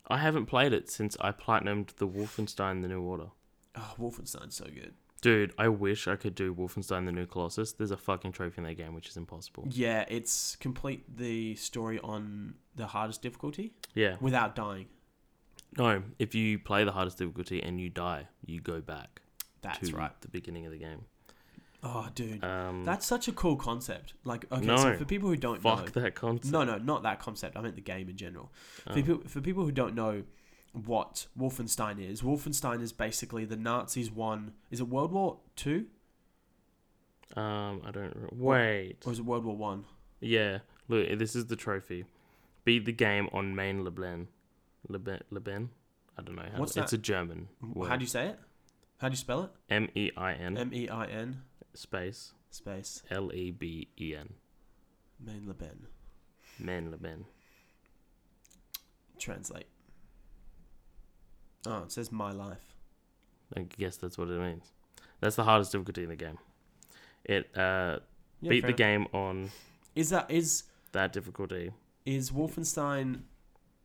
B: I haven't played it since I platinumed the Wolfenstein: The New Order.
A: Oh, Wolfenstein's so good.
B: Dude, I wish I could do Wolfenstein: The New Colossus. There's a fucking trophy in that game which is impossible.
A: Yeah, it's complete the story on the hardest difficulty
B: Yeah.
A: without dying.
B: No, if you play the hardest difficulty and you die, you go back
A: That's
B: to
A: right.
B: the beginning of the game.
A: Oh, dude,
B: Um,
A: that's such a cool concept. Like, okay, so
B: No.
A: for people who don't know,
B: fuck that concept.
A: No, no, not that concept. I meant the game in general.
B: Oh.
A: For, people, for people who don't know what Wolfenstein is, Wolfenstein is basically the Nazis won. Is it World War Two
B: Um, I don't. Re- wait.
A: or is it World War One?
B: Yeah. Look, this is the trophy. Beat the game on main Leblen. Leben. Leben. I don't know how.
A: What's
B: it's
A: that?
B: a German word.
A: How do you say it? How do you spell it?
B: M E I N
A: M E I N
B: space
A: space
B: L E B E N.
A: Main Leben.
B: Main Leben.
A: Translate. Oh, it says my life.
B: I guess that's what it means. That's the hardest difficulty in the game. It uh,
A: Yeah, fair
B: Beat the
A: enough.
B: game on
A: Is that is
B: that difficulty.
A: is Wolfenstein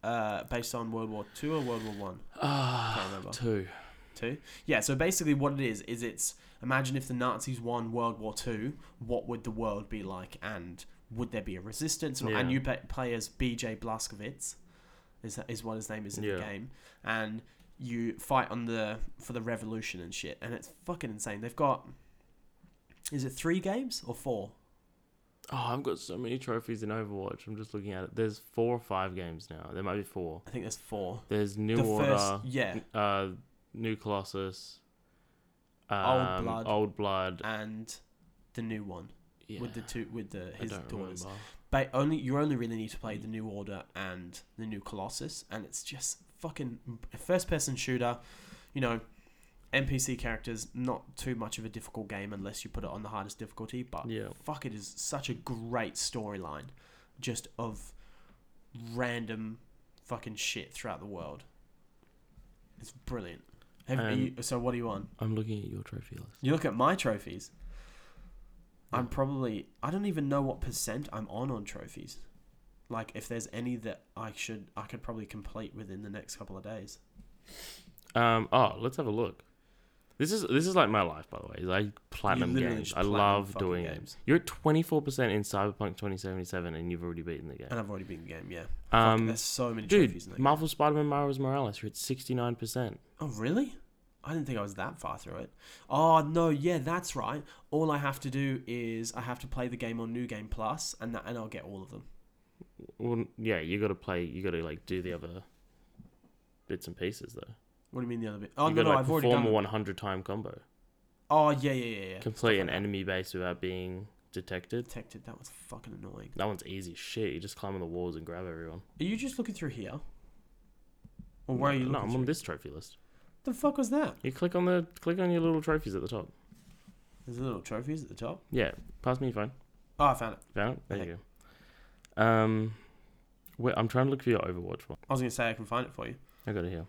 A: uh, based on World War Two or World War One?
B: Ah,
A: Can't remember.
B: two.
A: Two. Yeah. So basically, what it is is it's imagine if the Nazis won World War Two, what would the world be like, and would there be a resistance?
B: Yeah.
A: And you pa- play as B.J. Blazkowicz, is is what his name is in the
B: Yeah.
A: game, and you fight on the for the revolution and shit, and it's fucking insane. They've got is it three games or four?
B: Oh, I've got so many trophies in Overwatch. I'm just looking at it. There's four or five games now. There might be four.
A: I think there's four.
B: There's New
A: the
B: Order,
A: first, yeah,
B: uh, New Colossus, um,
A: Old Blood.
B: Old Blood.
A: and the new one with the
B: Yeah,
A: two with the
B: I
A: his
B: don't
A: daughters.
B: remember.
A: But only you only really need to play
B: Mm.
A: the New Order and the New Colossus, and it's just fucking first person shooter. You know, NPC characters, not too much of a difficult game unless you put it on the hardest difficulty. But
B: Yeah.
A: fuck, it is such a great storyline, just of random fucking shit throughout the world. It's brilliant. Have
B: Um,
A: you, so what do you want?
B: I'm looking at your trophy list.
A: You look at my trophies. I'm
B: Yeah.
A: probably I don't even know what percent I'm on on trophies. Like if there's any that I should I could probably complete within the next couple of days.
B: Um. Oh, let's have a look. This is this is like my life, by the way. Is I platinum
A: literally
B: games.
A: just
B: I
A: platinum
B: love
A: fucking
B: doing
A: games.
B: it. You're at 24 percent in Cyberpunk 2077, and you've already beaten the game.
A: And I've already beaten the game, yeah. Fuck,
B: Um,
A: there's so many trophies in
B: dude,
A: that.
B: Marvel Spider-Man Miles Morales, you're at 69 percent.
A: oh really? I didn't think I was that far through it. Oh no, yeah, that's right. All I have to do is I have to play the game on New Game Plus and that and I'll get all of them.
B: Well, yeah, you got to play. You got to like do the other bits and pieces though.
A: What do you mean the other bit? Oh no,
B: you got to
A: no,
B: like
A: I've already
B: perform
A: done.
B: a
A: them.
B: 100 time combo.
A: Oh yeah, yeah, yeah, yeah.
B: Complete an enemy base without being detected.
A: Detected. That was fucking annoying.
B: That one's easy as shit. You just climb on the walls and grab everyone.
A: Are you just looking through here? Or where are you
B: No,
A: looking
B: I'm
A: through?
B: on this trophy list.
A: The fuck was that?
B: You click on the click on your little trophies at the top.
A: There's little trophies at the top.
B: Yeah, pass me your phone.
A: Oh, I found it.
B: Found it. There you go. Um, wait, I'm trying to look for your Overwatch one.
A: I was going to say I can find it for you.
B: I got it here.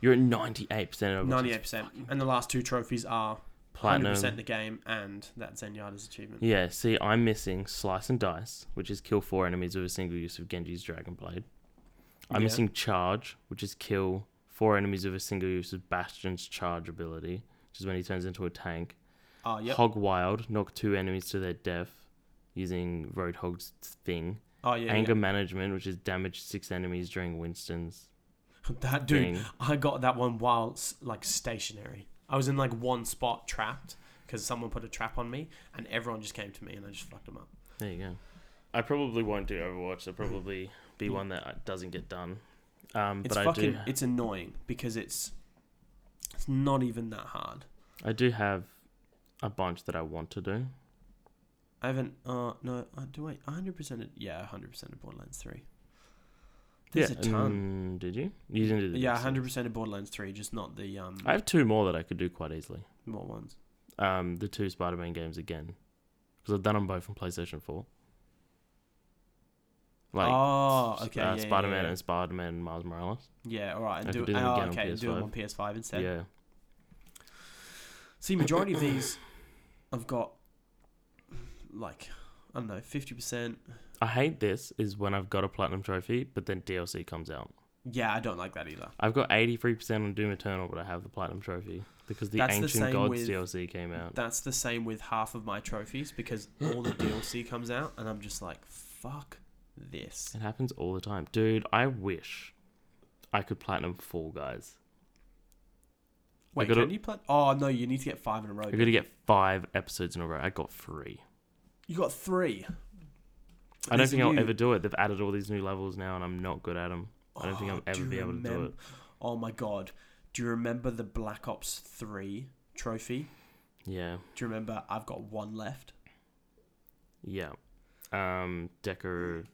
B: You're at 98 percent Overwatch.
A: 98%. And the last two trophies are 100%
B: platinum.
A: the game and that Zenyatta's achievement.
B: Yeah, see, I'm missing Slice and Dice, which is kill four enemies with a single use of Genji's Dragon Blade. I'm
A: Yeah.
B: missing Charge, which is kill four enemies with a single use of Bastion's Charge ability, which is when he turns into a tank.
A: Oh, yep.
B: Hog Wild, knock two enemies to their death using Roadhog's thing.
A: Oh, yeah.
B: Anger Management, which is damage six enemies during Winston's
A: yeah. That dude,
B: thing.
A: I got that one while, s- like, stationary. I was in, like, one spot trapped because someone put a trap on me and everyone just came to me and I just fucked them up.
B: There you go. I probably won't do Overwatch. There'll probably be one that doesn't get done. Um,
A: It's
B: but I
A: fucking,
B: do.
A: it's annoying because it's, it's not even that hard.
B: I do have a bunch that I want to do.
A: I haven't. Uh, no. Uh, do wait. One hundred percent. Yeah, one hundred percent of Borderlands Three. There's a ton.
B: mm, did you? You didn't do the
A: yeah,
B: DLC.
A: one hundred percent of Borderlands Three. Just not the um.
B: I have two more that I could do quite easily.
A: what ones?
B: Um, the two Spider-Man games again, because I've done them both from PlayStation Four. Like
A: oh,
B: s-
A: okay.
B: uh,
A: yeah, yeah,
B: Spider-Man
A: Yeah,
B: and Spider-Man Miles Morales.
A: yeah. all right. And
B: I
A: do,
B: could do them
A: oh,
B: again on
A: okay. and Do them
B: PS5.
A: on PS5 instead.
B: yeah,
A: See, majority of these, I've got, like, I don't know, fifty percent.
B: I hate this is when I've got a platinum trophy, but then DLC comes out.
A: Yeah, I don't like that either.
B: I've got 83% on Doom Eternal, but I have the platinum trophy because the
A: That's the
B: Ancient
A: same
B: Gods
A: with-
B: DLC came out.
A: That's the same with half of my trophies because all the DLC comes out and I'm just like, fuck this.
B: It happens all the time. Dude, I wish I could platinum Fall Guys.
A: Wait,
B: gotta-
A: can you play? Oh no, you need to get five in a row.
B: I got to get five episodes in a row. I got three.
A: You got three.
B: I don't
A: There's
B: think I'll
A: you.
B: ever do it. They've added all these new levels now, and I'm not good at them. I don't think
A: Oh,
B: I'll ever
A: do you
B: be able to do
A: remem-
B: it.
A: Oh my god. Do you remember the Black Ops 3 trophy?
B: Yeah,
A: Do you remember I've got one left?
B: yeah. Um, Decker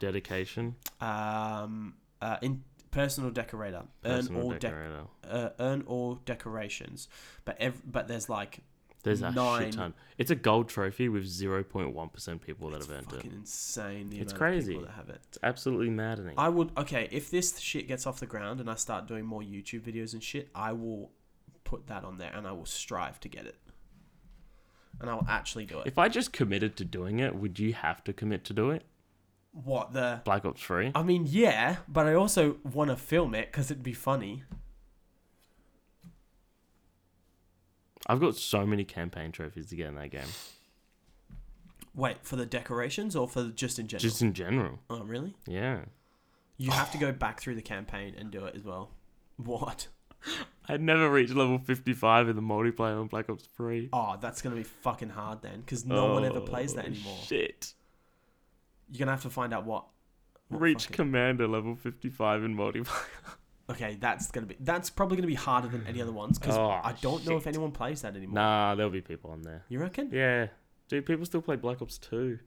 B: dedication.
A: Um uh, in personal decorator. Earn
B: Personal
A: all dec
B: decorator.
A: uh, earn all decorations. But ev- but there's like
B: There's a
A: nine-
B: shit ton. It's a gold trophy with 0.1 percent people that
A: it's
B: have earned it.
A: fucking insane the amount
B: It's
A: of
B: crazy.
A: people that have it.
B: It's absolutely maddening.
A: I would okay, if this shit gets off the ground and I start doing more YouTube videos and shit, I will put that on there and I will strive to get it. and I'll actually do it.
B: If I just committed to doing it, would you have to commit to do it?
A: what the?
B: Black Ops 3?
A: I mean, yeah, but I also want to film it because it'd be funny.
B: I've got so many campaign trophies to get in that game.
A: Wait for the decorations or for just in general?
B: Just in general.
A: oh, really?
B: Yeah.
A: You have to go back through the campaign and do it as well. What?
B: I'd never reached level 55 in the multiplayer on Black Ops 3.
A: Oh, that's gonna be fucking hard then, because no one ever plays that
B: Oh,
A: anymore.
B: Shit.
A: You're gonna have to find out what. what
B: Reach
A: fucking-
B: commander level 55 in multiplayer.
A: okay, that's gonna be. That's probably gonna be harder than any other ones because
B: Oh,
A: I don't know if
B: shit.
A: anyone plays that anymore.
B: Nah, there'll be people on there.
A: You reckon?
B: Yeah. Dude, people still play Black Ops 2.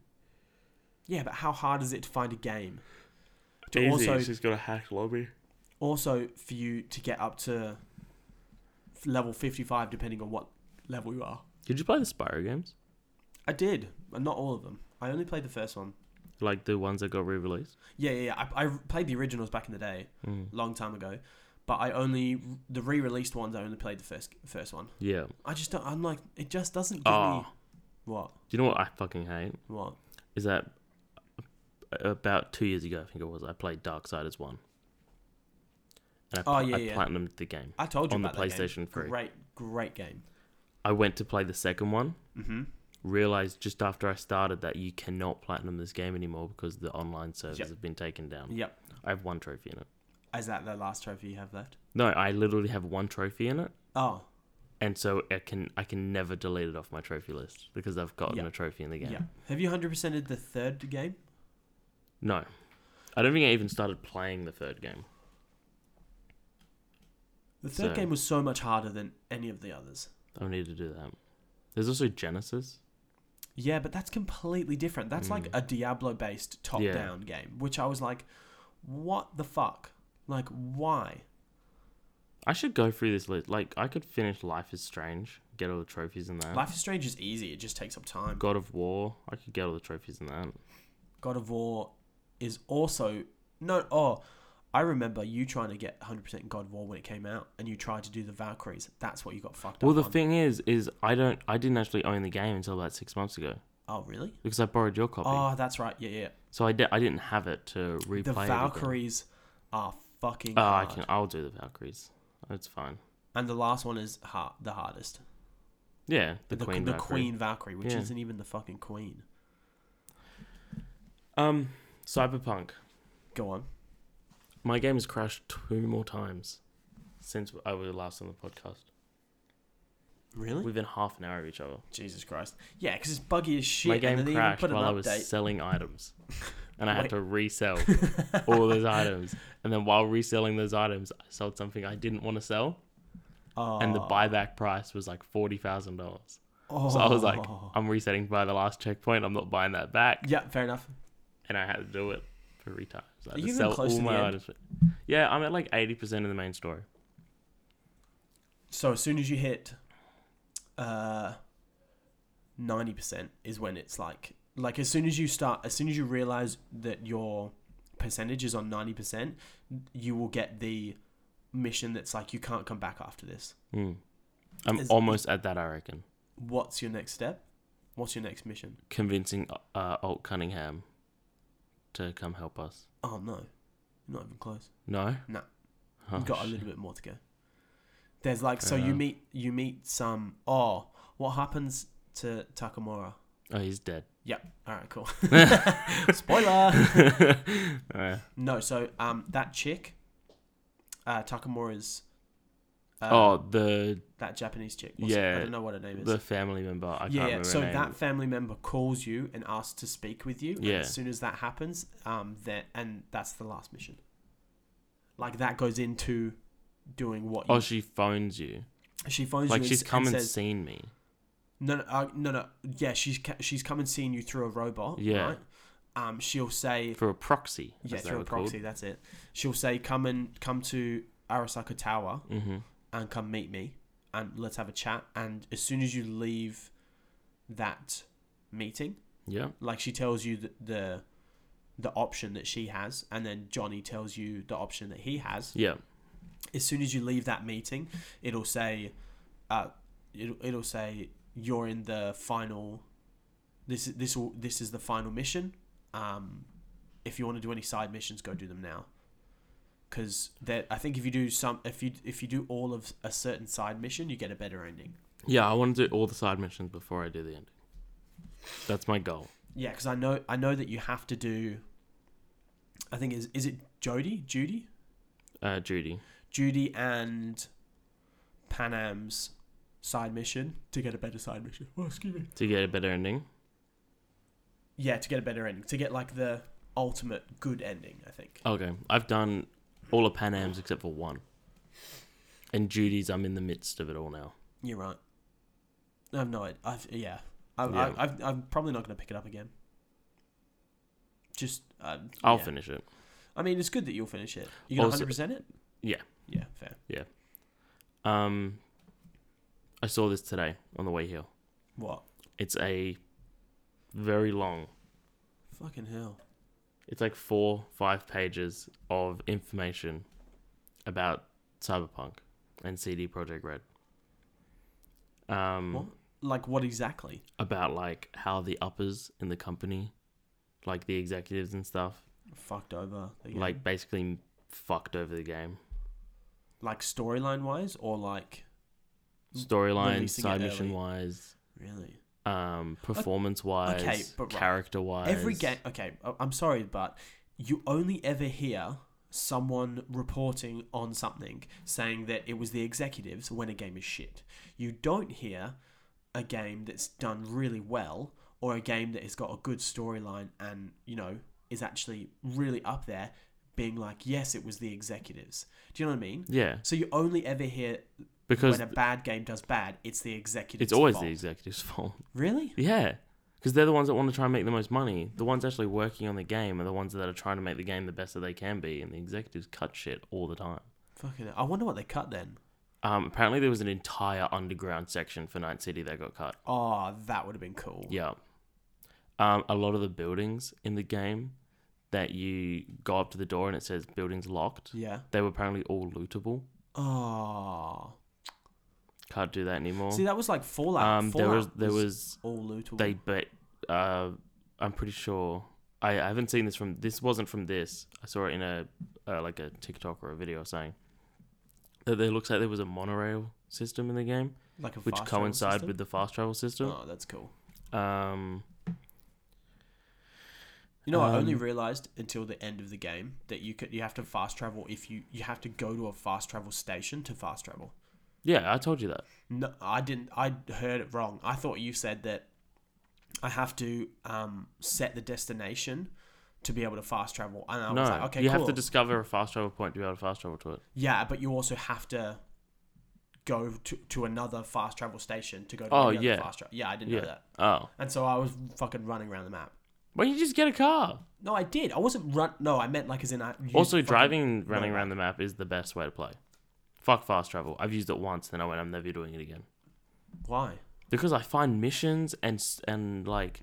A: Yeah, but how hard is it to find a game? To
B: Easy,
A: also
B: she's got a hack lobby.
A: also for you to get up to f- level 55 depending on what level you are
B: Did you play the Spyro games?
A: i did but not all of them i only played the first one
B: Like the ones that got re-released?
A: yeah yeah, yeah. I, I played the originals back in the day
B: Mm.
A: long time ago but i only the re-released ones i only played the first first one
B: Yeah.
A: i just don't i'm like it just doesn't give
B: Oh.
A: me what
B: Do you know what I fucking hate?
A: what
B: Is that about two years ago, I think it was, I played Darksiders 1. And I,
A: Oh,
B: pla-
A: yeah,
B: I
A: yeah.
B: platinumed the game.
A: i told you
B: On the
A: about that game.
B: PlayStation 3.
A: great great game
B: I went to play the second one,
A: mm-hmm
B: realized just after I started that you cannot platinum this game anymore because the online servers
A: Yep.
B: have been taken down.
A: yep
B: I have one trophy in it.
A: is that the last trophy you have left
B: No, I literally have one trophy in it.
A: oh
B: and so I can I can never delete it off my trophy list because I've gotten
A: Yeah.
B: a trophy in the
A: yeah,
B: game.
A: have you 100%ed the third game
B: No, I don't think I even started playing the third game.
A: the third
B: So-
A: game was so much harder than any of the others
B: I need to do that. There's also Genesis.
A: Yeah, but that's completely different. That's like
B: Mm.
A: a Diablo based top
B: Yeah.
A: down game, which I was like, what the fuck? Like, why?
B: I should go through this list. Like I could finish Life is Strange, get all the trophies in that.
A: Life is Strange is easy, it just takes up time.
B: God of War, I could get all the trophies in that.
A: God of War is also. No, oh, I remember you trying to get 100% God of War when it came out, and you tried to do the Valkyries. That's what you got fucked
B: Well,
A: up
B: the
A: on.
B: thing is, is I don't, I didn't actually own the game until about six months ago
A: oh, really?
B: because I borrowed your copy.
A: Oh, that's right. Yeah, yeah.
B: so I, di- I didn't have it to replay.
A: The
B: it again.
A: Valkyries are fucking
B: Oh, I
A: hard.
B: can. I'll do the Valkyries. It's fine.
A: And the last one is hard, the hardest.
B: Yeah,
A: The,
B: the,
A: the,
B: Queen.
A: the
B: Valkyrie.
A: Queen Valkyrie, which
B: Yeah.
A: isn't even the fucking Queen.
B: Um, Cyberpunk.
A: Go on.
B: My game has crashed two more times since I was last on the podcast.
A: Really?
B: Within half an hour of each other.
A: Jesus Christ. Yeah, because it's buggy as shit.
B: My game
A: and then
B: crashed
A: they even
B: while I
A: put an
B: was
A: update.
B: selling items. And I had
A: Wait.
B: to resell all those items. And then while reselling those items, I sold something I didn't want to sell.
A: Oh,
B: And the buyback price was like $40,000. So I was like,
A: oh.
B: I'm resetting by the last checkpoint. I'm not buying that back.
A: yeah, fair enough.
B: And I had to do it three times. I
A: Are
B: had
A: you
B: to
A: even
B: sell
A: close
B: all
A: to the
B: my
A: end?
B: items. Yeah, I'm at like 80% of the main story.
A: So as soon as you hit uh, 90% is when it's like, like as soon as you start, as soon as you realize that your percentage is on 90%, you will get the mission that's like, you can't come back after this.
B: Mm. I'm
A: Is-
B: almost at that, I reckon.
A: What's your next step? What's your next mission?
B: convincing uh, Alt Cunningham to come help us.
A: Oh, no. Not even close.
B: No.
A: No.
B: Oh,
A: You've got a
B: shit.
A: little bit more to go. There's like so
B: Fair
A: you
B: enough.
A: meet you meet some oh what happens to Takamura?
B: Oh, he's dead.
A: All right, cool. Spoiler.
B: Yeah.
A: No, so um that chick, uh Takamura's. Uh,
B: oh, the
A: that Japanese chick. What's- I
B: yeah,
A: don't know what her name is.
B: the family member. I can't
A: yeah, yeah.
B: remember
A: so
B: her name.
A: that family member calls you and asks to speak with you. and
B: Yeah.
A: as soon as that happens, um, that and that's the last mission. Like that goes into doing what you,
B: Oh, she phones you.
A: she phones
B: Like
A: you.
B: she's
A: and, s-
B: come
A: and
B: and
A: says,
B: seen me.
A: No, no, uh, no, no. Yeah, she's ca- she's come and seen you through a robot.
B: Yeah.
A: Right? Um, she'll say
B: for a proxy.
A: yeah through a proxy. That's it. She'll say come and come to Arasaka Tower
B: Mm-hmm.
A: and come meet me and let's have a chat. And as soon as you leave that meeting,
B: Yeah.
A: like she tells you the the, the option that she has, and then Johnny tells you the option that he has
B: Yeah.
A: as soon as you leave that meeting, it'll say, uh, it'll, it'll say you're in the final. This this will- this is the final mission. Um, if you want to do any side missions, go do them now. Because that I think if you do some, if you if you do all of a certain side mission, you get a better ending.
B: Yeah, I want to do all the side missions before I do the ending. That's my goal.
A: Yeah, because I know I know that you have to do. I think is is it Jody Judy
B: Uh, Judy.
A: Judy and Pan Am's side mission to get a better side mission. Oh, excuse me.
B: To get a better ending.
A: Yeah, to get a better ending, to get like the ultimate good ending. I think.
B: Okay. I've done all of Pan Am's except for one. And Judy's, I'm in the midst of it all now.
A: You're right. I've no. id- I've yeah. I,
B: Yeah.
A: I, I've, I'm probably not going to pick it up again. Just. Um,
B: I'll
A: yeah.
B: finish it.
A: I mean, it's good that you'll finish it. You gonna
B: Also-
A: hundred percent it.
B: Yeah.
A: Yeah. Fair.
B: Um, I saw this today on the way here.
A: What?
B: It's a very long.
A: Fucking hell.
B: It's like four, five pages of information about Cyberpunk and CD Projekt Red. Um,
A: What? Like what exactly?
B: about like how the uppers in the company, like the executives and stuff,
A: Fucked over. the game?
B: like basically fucked over the game.
A: like storyline wise, or like
B: Mm, Storyline,
A: Releasing it
B: side
A: early.
B: mission wise,
A: really
B: um, performance wise,
A: but right.
B: character wise.
A: every game. Okay, I- I'm sorry, but you only ever hear someone reporting on something saying that it was the executives when a game is shit. You don't hear a game that's done really well or a game that has got a good storyline and you know is actually really up there being like yes it was the executives do you know what i mean
B: Yeah,
A: so you only ever hear
B: because
A: when a bad game does bad it's the executives
B: it's always
A: fault.
B: the executives' fault.
A: really
B: Yeah, because they're the ones that want to try and make the most money. The ones actually working on the game are the ones that are trying to make the game the best that they can be, and the executives cut shit all the time.
A: Fucking, I wonder what they cut then.
B: Um, apparently, there was an entire underground section for Night City that got cut.
A: Oh, that would have been cool.
B: Yeah. Um, a lot of the buildings in the game that you go up to the door and it says buildings locked,
A: Yeah.
B: they were apparently all lootable.
A: Oh.
B: Can't do that anymore.
A: See, that was like Fallout.
B: um,
A: Fallout
B: there was there was
A: all lootable.
B: they but uh, I'm pretty sure I, I haven't seen this from this wasn't from this. I saw it in a uh, like a TikTok or a video saying that there looks like there was a monorail system in the game,
A: like a
B: which
A: fast travel
B: coincide
A: system?
B: with the fast travel system.
A: Oh, that's cool.
B: Um,
A: You know, I only
B: Um,
A: realized until the end of the game that you could you have to fast travel if you you have to go to a fast travel station to fast travel.
B: yeah, I told you that.
A: No, I didn't. I heard it wrong. I thought you said that I have to um, set the destination to be able to fast travel. And I
B: no,
A: was like, okay,
B: you
A: cool.
B: have to discover a fast travel point to be able to fast travel to it.
A: Yeah, but you also have to go to, to another fast travel station to go to
B: Oh,
A: the other
B: yeah.
A: fast travel. Yeah, I didn't
B: Yeah.
A: know that.
B: Oh,
A: And so I was fucking running around the map.
B: why don't you just get a car?
A: No, I did. I wasn't run. No, I meant like as in I used
B: also,
A: fucking-
B: driving running
A: no.
B: around the map is the best way to play. Fuck fast travel. I've used it once, then I went, I'm never doing it again.
A: Why?
B: because I find missions and s- and like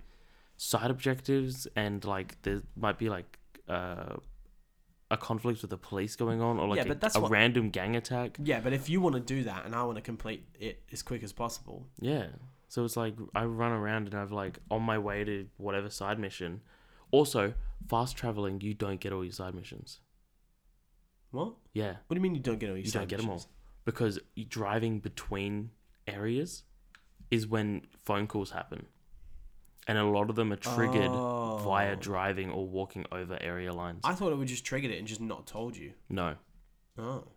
B: side objectives and like there might be like uh, a conflict with the police going on or like
A: Yeah,
B: a,
A: but that's
B: a
A: what-
B: random gang attack.
A: Yeah, but if you want to do that and I want to complete it as quick as possible,
B: Yeah, so it's like I run around and I've like on my way to whatever side mission. Also, fast traveling, you don't get all your side missions.
A: what? What
B: Yeah,
A: do you mean you don't get all your
B: you don't
A: side
B: get them all
A: missions?
B: because you- driving between areas is when phone calls happen, and a lot of them are triggered. via
A: Oh.
B: driving or walking over area lines.
A: I thought it would just triggered it and just not told you.
B: no.
A: Oh.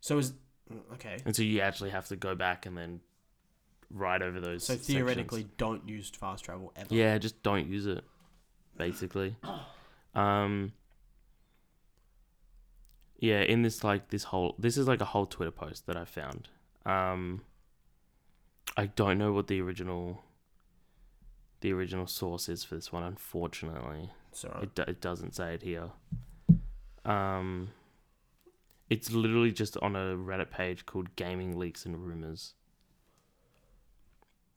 A: So is mm, okay.
B: And so you actually have to go back and then ride over those.
A: So
B: sections.
A: theoretically, don't use fast travel ever.
B: Yeah, just don't use it, basically. Um. Yeah, in this like this whole this is like a whole Twitter post that I found. Um. I don't know what the original. The original source is for this one, unfortunately.
A: It's alright.
B: It, do- it doesn't say it here. Um, it's literally just on a Reddit page called Gaming Leaks and Rumors.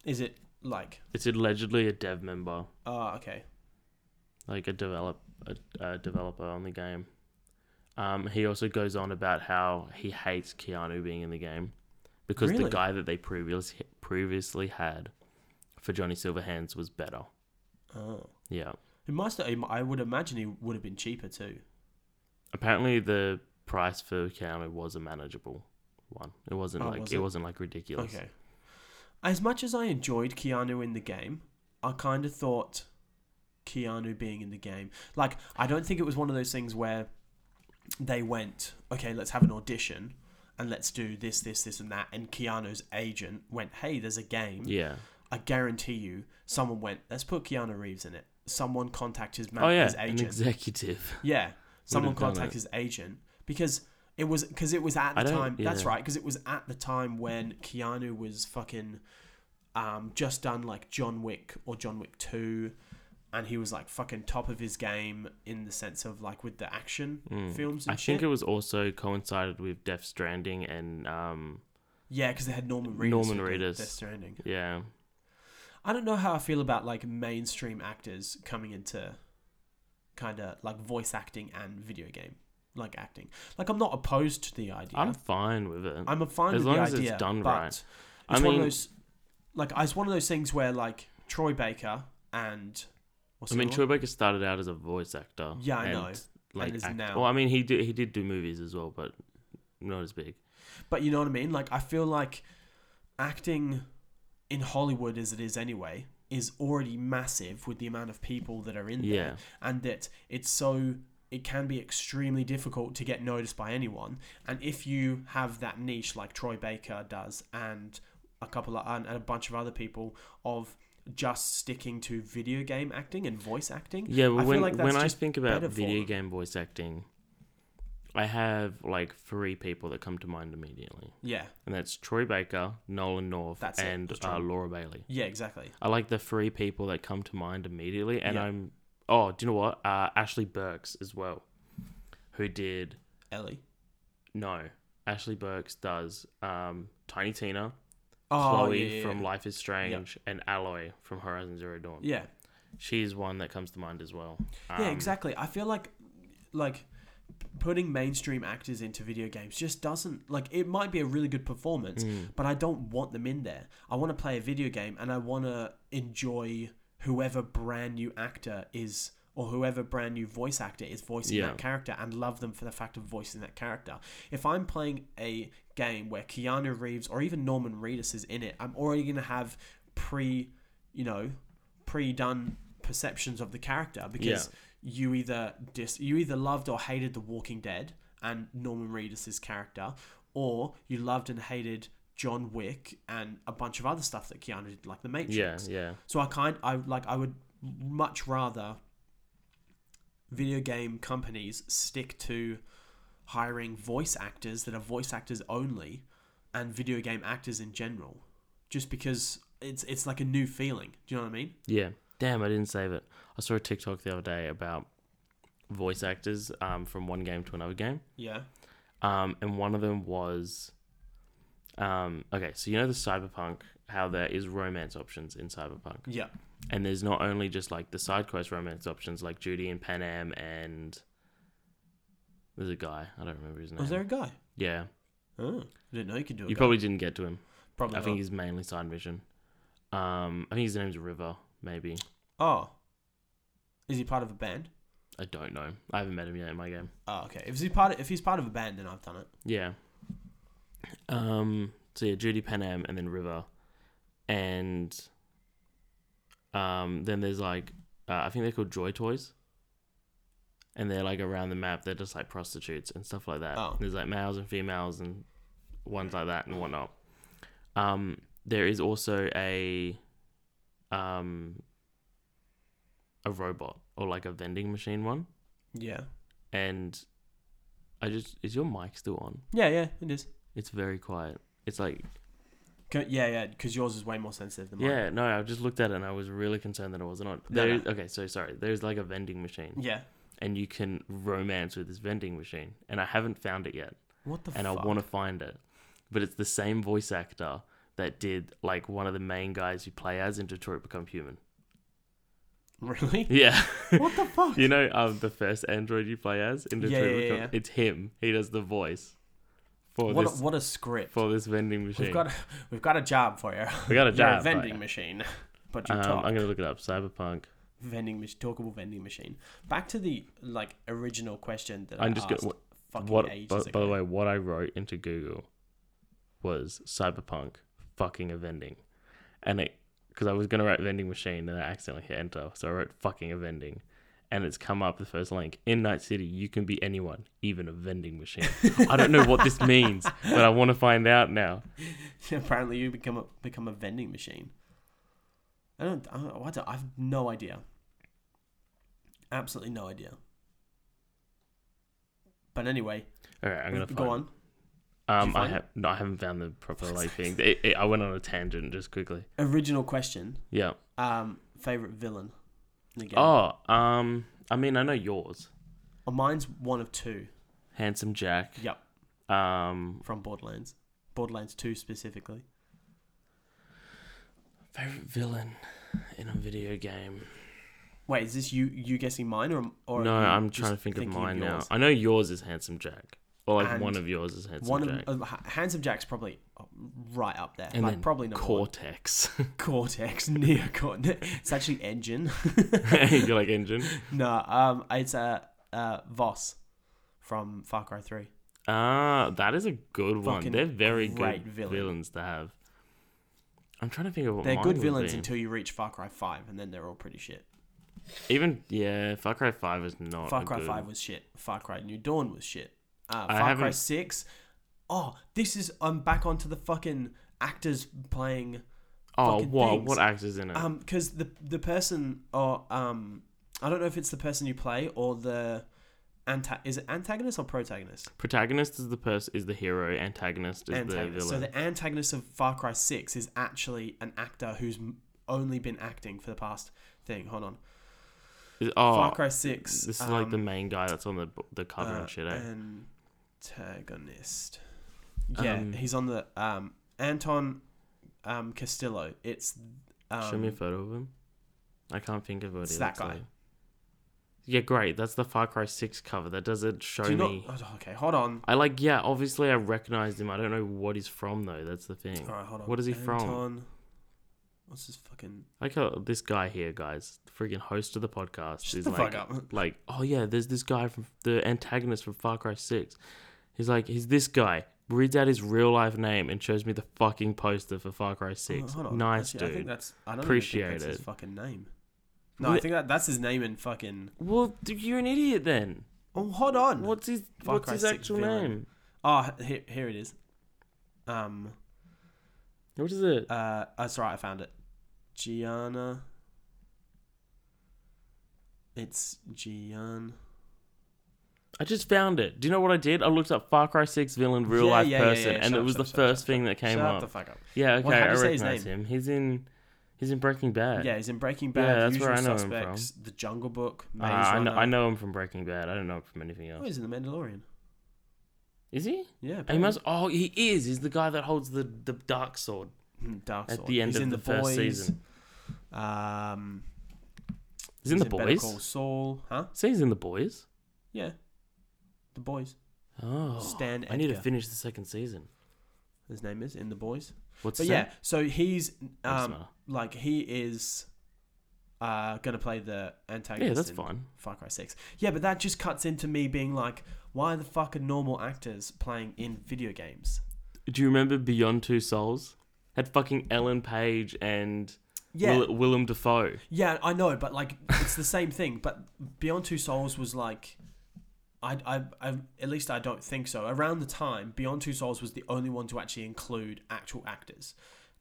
A: Is it like?
B: It's allegedly a dev member,
A: Oh, okay.
B: like a develop a, a developer on the game. Um, he also goes on about how he hates Keanu being in the game because the
A: Really?
B: guy that they previous, previously had for Johnny Silverhands was better.
A: Oh.
B: Yeah.
A: It must. I would imagine he would have been cheaper too.
B: Apparently, the price for Keanu was a manageable one. It wasn't
A: Oh,
B: like
A: was
B: it?
A: it?
B: wasn't like ridiculous.
A: Okay. As much as I enjoyed Keanu in the game, I kind of thought Keanu being in the game. Like, I don't think it was one of those things where they went, okay, let's have an audition and let's do this, this, this, and that. And Keanu's agent went, hey, there's a game.
B: Yeah.
A: I guarantee you, someone went, let's put Keanu Reeves in it. Someone contact his, man-
B: Oh yeah,
A: his
B: an
A: agent.
B: executive.
A: Yeah, someone
B: done
A: contact
B: it.
A: his agent because it was because it was at
B: I
A: the
B: don't-
A: time. That's
B: yeah.
A: right, because it was at the time when Keanu was fucking um, just done like John Wick or John Wick Two, and he was like fucking top of his game in the sense of like with the action
B: Mm.
A: films. And
B: I think
A: shit.
B: it was also coincided with Death Stranding and um
A: yeah, because they had Norman Reedus.
B: Norman
A: who did
B: Reedus.
A: Death Stranding.
B: yeah
A: I don't know how I feel about like mainstream actors coming into kind of like voice acting and video game like acting. Like I'm not opposed to the idea.
B: I'm fine with it.
A: I'm a fine
B: As
A: with
B: long
A: the
B: as it's
A: idea,
B: done
A: but
B: right.
A: It's
B: I
A: one
B: mean-
A: of those, like it's one of those things where like Troy Baker and what's
B: I
A: the
B: mean,
A: other
B: Troy
A: one?
B: Baker started out as a voice actor.
A: Yeah, I know.
B: Like,
A: is
B: act-
A: now-
B: well, I mean, he did he did do movies as well, but not as big.
A: but you know what I mean. Like I feel like acting in Hollywood as it is anyway is already massive with the amount of people that are in
B: Yeah.
A: there, and that it's so it can be extremely difficult to get noticed by anyone. And if you have that niche like Troy Baker does, and a couple of, and and a bunch of other people of just sticking to video game acting and voice acting.
B: Yeah,
A: I
B: but
A: feel
B: when
A: like that's
B: when I
A: just
B: think about
A: better for
B: video
A: them.
B: game voice acting, I have like three people that come to mind immediately,
A: Yeah,
B: and that's Troy Baker, Nolan North,
A: That's it,
B: and
A: that's Troy.
B: uh, Laura Bailey.
A: yeah, exactly.
B: I like the three people that come to mind immediately, and
A: Yeah.
B: I'm oh, do you know what? Uh, Ashley Burks as well, who did
A: Ellie.
B: no. Ashley Burks does um, Tiny Tina,
A: Oh,
B: Chloe
A: yeah, yeah,
B: from
A: yeah.
B: Life is Strange and Alloy from Horizon Zero Dawn.
A: yeah,
B: She's one that comes to mind as well.
A: yeah,
B: Um,
A: exactly. I feel like like putting mainstream actors into video games just doesn't like it might be a really good
B: mm,
A: performance, but I don't want them in there. I want to play a video game and I want to enjoy whoever brand new actor is or whoever brand new voice actor is voicing
B: Yeah.
A: that character and love them for the fact of voicing that character. If I'm playing a game where Keanu Reeves or even Norman Reedus is in it, I'm already going to have pre, you know, pre-done perceptions of the character because you either dis- you either loved or hated The Walking Dead and Norman Reedus's character, or you loved and hated John Wick and a bunch of other stuff that Keanu did, like The Matrix.
B: Yeah, yeah.
A: So I kind I like I would much rather video game companies stick to hiring voice actors that are voice actors only and video game actors in general just because it's it's like a new feeling do you know what i mean
B: Yeah. Damn, I didn't save it. I saw a TikTok the other day about voice actors um, from one game to another game.
A: yeah
B: Um, and one of them was um, okay, so you know the cyberpunk, how there is romance options in cyberpunk.
A: yeah
B: and there's not only just like the side quest romance options like Judy and Pan Am and there's a guy I don't remember his name.
A: was there a guy
B: Yeah,
A: oh i didn't know you could do it
B: you probably didn't get to him.
A: probably
B: I think
A: not.
B: he's mainly side mission. Um, I think his name's River. Maybe
A: oh is he part of a band
B: I don't know. I haven't met him yet in my game.
A: oh okay if he's part of, if he's part of a band then i've done it
B: Yeah. Um. So yeah, Judy Pan Am and then River, and um. Then there's like uh, I think they're called Joy Toys, and they're like around the map. They're just like prostitutes and stuff like that.
A: Oh.
B: There's like males and females and ones like that and whatnot. Um. There is also a um. A robot or like a vending machine one,
A: yeah
B: and I just is your mic still on?
A: yeah yeah it is
B: It's very quiet. It's like,
A: 'Cause- yeah yeah because yours is way more sensitive than mine
B: yeah, no, I just looked at it and I was really concerned that it wasn't on.
A: No,
B: There
A: no.
B: is- okay, so sorry. There's like a vending machine
A: yeah
B: and you can romance with this vending machine. And I haven't found it yet
A: what the
B: and
A: fuck?
B: I want to find it. But it's the same voice actor that did like one of the main guys you play as in Detroit Become Human.
A: really
B: Yeah.
A: what the fuck
B: you know um, the first android you play as in
A: Yeah,
B: Detroit
A: yeah,
B: Become
A: yeah.
B: It's him. He does the voice for
A: what
B: this
A: a, what a script.
B: for this vending machine.
A: We've got we've got a job for you.
B: We got a
A: You're a
B: job,
A: vending
B: but-
A: machine, but you
B: um,
A: talk.
B: I'm gonna look it up. Cyberpunk.
A: vending machine, talkable vending machine. Back to the like original question that
B: I'm
A: I
B: just
A: asked
B: gonna. What,
A: fucking
B: what-
A: ages
B: by,
A: ago.
B: by the way, what I wrote into Google was cyberpunk fucking a vending, and it because I was gonna write vending machine and I accidentally hit enter, so I wrote fucking a vending. And it's come up the first link. In Night City, you can be anyone, even a vending machine. I don't know what this means, but I want to find out now.
A: Apparently, you become a, become a vending machine. I don't. I, don't, what the- I have no idea. Absolutely no idea. But anyway,
B: All right, I'm gonna
A: go
B: find-
A: on. Did
B: Um,
A: you
B: I
A: find
B: have no, I haven't found the proper like thing. It, it, I went on a tangent just quickly.
A: Original question.
B: Yeah.
A: Um, favorite villain. In the game.
B: Oh, um, I mean, I know yours,
A: Oh, mine's one of two.
B: handsome Jack.
A: Yep,
B: Um,
A: from Borderlands. Borderlands Two specifically.
B: favorite villain in a video game.
A: Wait, is this you you guessing mine or or
B: no,
A: are you
B: I'm
A: just
B: trying to think of
A: thinking
B: mine now.
A: yours?
B: I know yours is handsome Jack, or like one
A: And
B: of yours is handsome
A: One
B: Jack.
A: of uh, Ha- Handsome Jack's probably uh, right up there.
B: and
A: like
B: then
A: probably number one.
B: Cortex.
A: Cortex, neocortex. It's actually engine.
B: You're like engine.
A: no, um, it's uh, uh, Voss from Far Cry Three.
B: Ah, that is a good one.
A: Fucking
B: They're very good
A: great villain.
B: villains to have. I'm trying to think of what
A: They're
B: mine
A: good
B: would
A: villains
B: be.
A: until you reach Far Cry Five, and then they're all pretty shit.
B: Even yeah, Far Cry Five is not.
A: Far
B: a
A: Cry
B: good-
A: Five was shit. Far Cry New Dawn was shit. Uh, Far
B: I
A: Cry
B: haven't-
A: Six. Oh, this is I'm back onto the fucking actors playing
B: Oh,
A: fucking
B: what?
A: things.
B: What actors in it?
A: Um, because the the person or um, I don't know if it's the person you play or the anta- is it antagonist or protagonist?
B: Protagonist is the person is the hero. Antagonist is
A: antagonist.
B: the
A: So
B: villain.
A: the antagonist of Far Cry Six is actually an actor who's m- only been acting for the past thing. Hold on,
B: Is- oh,
A: Far Cry Six.
B: this is like the
A: um,
B: main guy that's on the the cover
A: uh,
B: and shit. Eh?
A: antagonist. Yeah,
B: Um,
A: he's on the um Anton um Castillo. It's um,
B: Show me a photo of him. I can't think of what
A: it's
B: he
A: that
B: looks
A: guy.
B: like. Yeah, great. That's the Far Cry Six cover. That doesn't show
A: do you
B: me.
A: not, oh, okay, hold on.
B: I like. Yeah, obviously I recognized him. I don't know what he's from though. That's the thing.
A: All right, hold on.
B: What is he from?
A: Anton- What's his fucking?
B: Like how this guy here, guys, freaking host of the podcast,
A: Shut
B: is
A: the
B: like,
A: fuck up.
B: like, oh yeah, there's this guy from the antagonist from Far Cry Six. He's like, he's this guy. Reads out his real life name and shows me the fucking poster for Far Cry Six.
A: Hold on.
B: Nice
A: Actually, I think
B: dude.
A: that's. I don't
B: Appreciate
A: even think that's
B: it.
A: his fucking name. No, I
B: What-
A: think that that's his name in fucking.
B: Well, dude, you're an idiot then.
A: Oh, hold on.
B: What's his
A: Far
B: What's
A: Cry
B: his
A: 6
B: actual
A: villain.
B: name?
A: Oh, here, here it is. Um.
B: What is it?
A: Uh. That's right. I found it. Gianna. It's Gian.
B: I just found it. Do you know what I did? I looked up Far Cry Six villain real
A: Yeah,
B: life
A: yeah, yeah,
B: person,
A: yeah, yeah.
B: and
A: Shut
B: it
A: up,
B: was
A: shut
B: the
A: up, shut up,
B: first
A: shut
B: thing that came
A: Shut
B: up.
A: the fuck up.
B: Yeah, okay,
A: Well, how'd
B: I
A: you say his
B: recognize him. He's in, he's in Breaking Bad.
A: Yeah, he's in Breaking
B: Yeah,
A: Bad.
B: that's
A: Usual
B: where I know him from.
A: Suspects, The Jungle Book,
B: Uh,
A: Maze
B: I, know,
A: Runner.
B: I know him from Breaking Bad. I don't know him from anything
A: Oh,
B: else.
A: he's in The Mandalorian.
B: Is he?
A: Yeah.
B: He
A: apparently.
B: must. Oh, he is. He's the guy that holds the, the dark sword
A: Mm, Dark
B: at
A: Sword.
B: the end
A: He's
B: of
A: in
B: the, first
A: Boys.
B: season.
A: Um.
B: He's in the
A: Better
B: boys.
A: Call Saul, huh?
B: So he's in the boys.
A: Yeah, the boys.
B: Oh,
A: Stan
B: I need to
A: Edgar.
B: finish the second season.
A: His name is in the boys.
B: What's
A: But
B: that?
A: yeah, so he's
B: Doesn't
A: um
B: matter.
A: like he is uh gonna play the antagonist.
B: yeah, that's
A: in
B: fine.
A: Far Cry Six. Yeah, but that just cuts into me being like, why the fuck are normal actors playing in video games?
B: Do you remember Beyond Two Souls? Had fucking Ellen Page and
A: Yeah,
B: Will- Willem Dafoe.
A: yeah, I know, but like it's the same thing. But Beyond Two Souls was like. I, I, I, at least I don't think so. Around the time, Beyond Two Souls was the only one to actually include actual actors.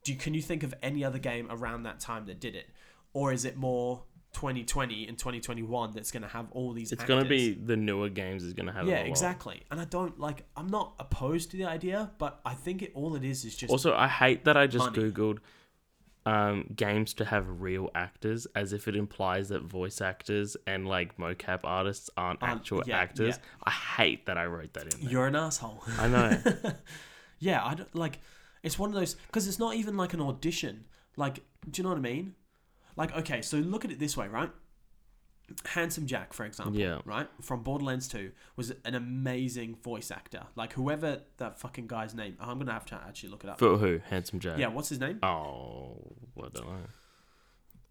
A: Do you, can you think of any other game around that time that did it, or is it more 2020 and 2021 that's going to have all these?
B: It's
A: actors?
B: gonna be the newer games is gonna have. it
A: yeah,
B: a lot.
A: exactly. And I don't like. I'm not opposed to the idea, but I think it all it is is just
B: Also, I hate that I just
A: Money.
B: googled um, games to have real actors, as if it implies that voice actors and like mocap artists aren't
A: Aren't-
B: actual
A: yeah,
B: actors. I hate that I wrote that in. There.
A: you're an asshole.
B: I know.
A: Yeah, I don't like. It's one of those because it's not even like an audition. Like, do you know what I mean? Like, okay, so look at it this way, right? Handsome Jack, for example,
B: Yeah.
A: right from Borderlands Two, was an amazing voice actor. Like whoever that fucking guy's name, I'm gonna have to actually look it up.
B: For who? Handsome Jack.
A: yeah, what's his name?
B: Oh, what don't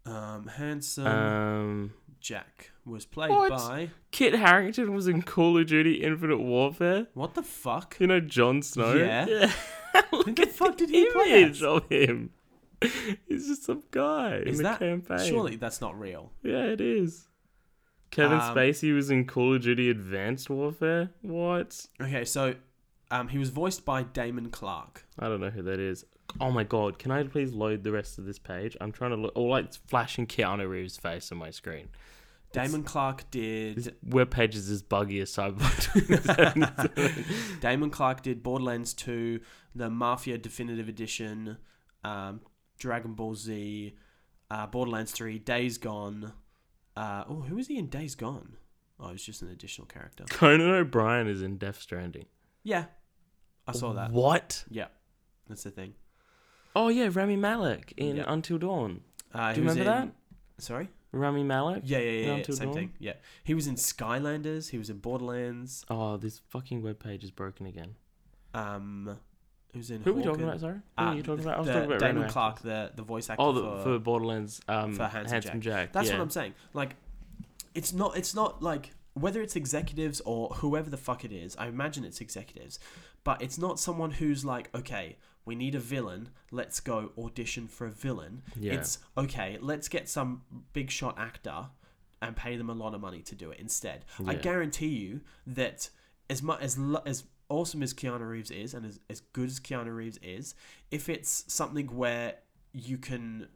A: Um, Handsome
B: I? Um,
A: Jack was played
B: what?
A: by
B: Kit Harrington was in Call of Duty Infinite Warfare.
A: what the fuck?
B: You know Jon Snow.
A: Yeah.
B: Look
A: the
B: at
A: fuck
B: the
A: did he play
B: image of him. He's just some guy
A: Is
B: in the
A: that-
B: campaign.
A: Surely that's not real.
B: Yeah, it is. Kevin
A: Um,
B: Spacey was in Call of Duty Advanced Warfare. What?
A: Okay, so um, he was voiced by Damon Clark.
B: I don't know who that is. Oh my god, can I please load the rest of this page? I'm trying to look. All like it's flashing Keanu Reeves' face on my screen.
A: Damon Clark did
B: This web page is as buggy as Cyberpunk.
A: Damon Clark did Borderlands 2, the Mafia Definitive Edition, um, Dragon Ball Z, uh, Borderlands 3, Days Gone. Uh, oh, who was he in Days Gone? Oh, he was just an additional character.
B: Conan O'Brien is in Death Stranding.
A: Yeah, I saw that.
B: What?
A: Yeah, that's the thing.
B: Oh yeah, Rami Malek in
A: Yeah.
B: Until Dawn.
A: Uh,
B: Do
A: he
B: you
A: was
B: remember
A: in- Sorry?
B: that? Rami Malek.
A: Yeah, yeah, yeah. yeah,
B: Until
A: same
B: Dawn?
A: thing. Yeah. He was in Skylanders. He was in Borderlands.
B: Oh, this fucking web page is broken again.
A: Um, he was in
B: Who are we
A: Hawken.
B: talking about? Sorry, who
A: Ah,
B: are you talking about? I was
A: the-
B: talking about
A: Damon
B: random
A: Clark,
B: actors.
A: the, the voice actor.
B: Oh, the,
A: for-
B: for, Borderlands. Um,
A: for Handsome
B: Handsome, Jack.
A: That's
B: yeah.
A: what I'm saying. Like, it's not. It's not like whether it's executives or whoever the fuck it is. I imagine it's executives, but it's not someone who's like, okay, we need a villain. Let's go audition for a villain.
B: Yeah.
A: It's okay. Let's get some big shot actor and pay them a lot of money to do it instead. I
B: Yeah.
A: guarantee you that as much as lo- as awesome as Keanu Reeves is and as, as good as Keanu Reeves is, if it's something where you can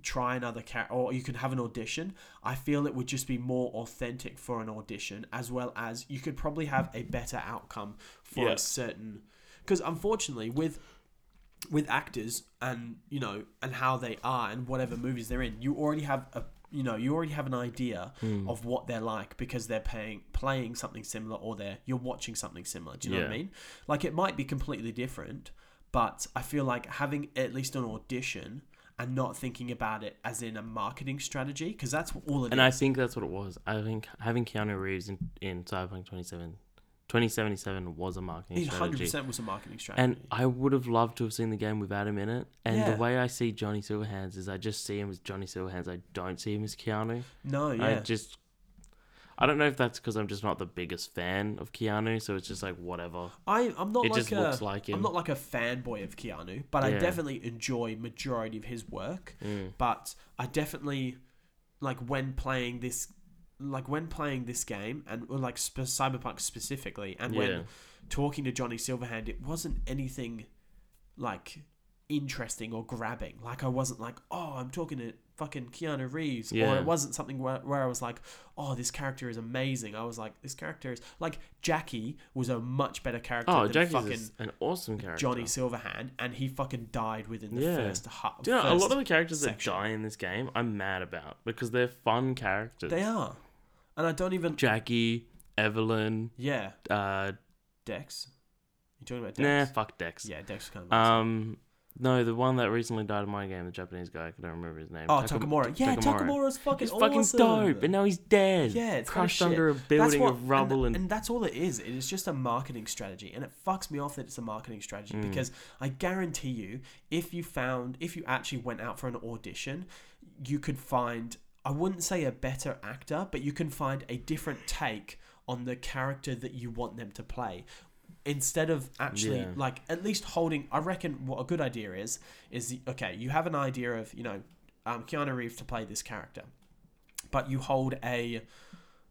A: try another character or you can have an audition, I feel it would just be more authentic for an audition as well as you could probably have a better outcome for
B: Yeah.
A: a certain because unfortunately with with actors and you know and how they are and whatever movies they're in you already have a you know you already have an idea
B: Hmm.
A: of what they're like because they're paying playing something similar or they're you're watching something similar do you know what i
B: Yeah.
A: mean like it might be completely different but i feel like having at least an audition and not thinking about it as in a marketing strategy because that's all it is.
B: And I think that's what it was. I think having Keanu Reeves in, in Cyberpunk 27, 2077 was a marketing
A: it 100%
B: strategy.
A: was a marketing strategy
B: And I would have loved to have seen the game without him in it. And
A: Yeah.
B: the way I see Johnny Silverhands is I just see him as Johnny Silverhands. I don't see him as Keanu.
A: no yeah
B: I just. I don't know if that's because I'm just not the biggest fan of Keanu, so it's just like whatever.
A: I, I'm not
B: It
A: like
B: just
A: a,
B: looks like him.
A: I'm not like a fanboy of Keanu, but I
B: Yeah.
A: definitely enjoy majority of his work.
B: Mm.
A: But I definitely like when playing this, like when playing this game and or like sp- Cyberpunk specifically, and
B: Yeah.
A: when talking to Johnny Silverhand, it wasn't anything like interesting or grabbing. Like I wasn't like, oh, I'm talking to fucking Keanu Reeves, or
B: Yeah.
A: it wasn't something where, where I was like, oh, this character is amazing. I was like, this character is like Jackie was a much better character
B: Oh,
A: than
B: Jackie's
A: fucking
B: is an awesome character.
A: Johnny Silverhand, and he fucking died within the
B: Yeah.
A: first half.
B: Do you know, a lot of the characters
A: section.
B: that die in this game, I'm mad about because they're fun characters.
A: they are, and I don't even.
B: Jackie, Evelyn,
A: Yeah,
B: uh,
A: Dex. You talking about
B: nah,
A: Dex?
B: fuck Dex.
A: Yeah, Dex was kind of. awesome.
B: Um, no, the one that recently died in my game, the Japanese guy, I don't remember his name.
A: oh,
B: Takum-
A: Takamura. Yeah, Takamura's fucking
B: He's fucking
A: awesome.
B: dope, and now he's dead.
A: Yeah, it's
B: crushed
A: kinda shit.
B: under a
A: That's
B: building
A: what-
B: of rubble and,
A: and that's all it is. It is just a marketing strategy, and it fucks me off that it's a marketing strategy
B: Mm.
A: because I guarantee you, if you found, if you actually went out for an audition, you could find. I wouldn't say a better actor, but you can find a different take on the character that you want them to play. Instead of actually
B: Yeah.
A: like at least holding, I reckon what a good idea is is the, okay. You have an idea of you know um, Keanu Reeves to play this character, but you hold a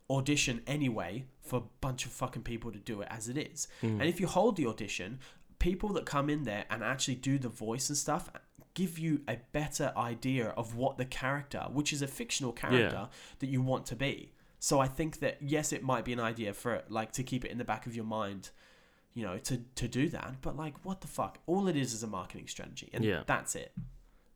A: audition anyway for a bunch of fucking people to do it as it is. And if you hold the audition, people that come in there and actually do the voice and stuff give you a better idea of what the character, which is a fictional character, that you want to be. So I think that yes, it might be an idea for like to keep it in the back of your mind, you know, to to do that. But like, what the fuck? All it is is a marketing strategy, and
B: Yeah.
A: that's it.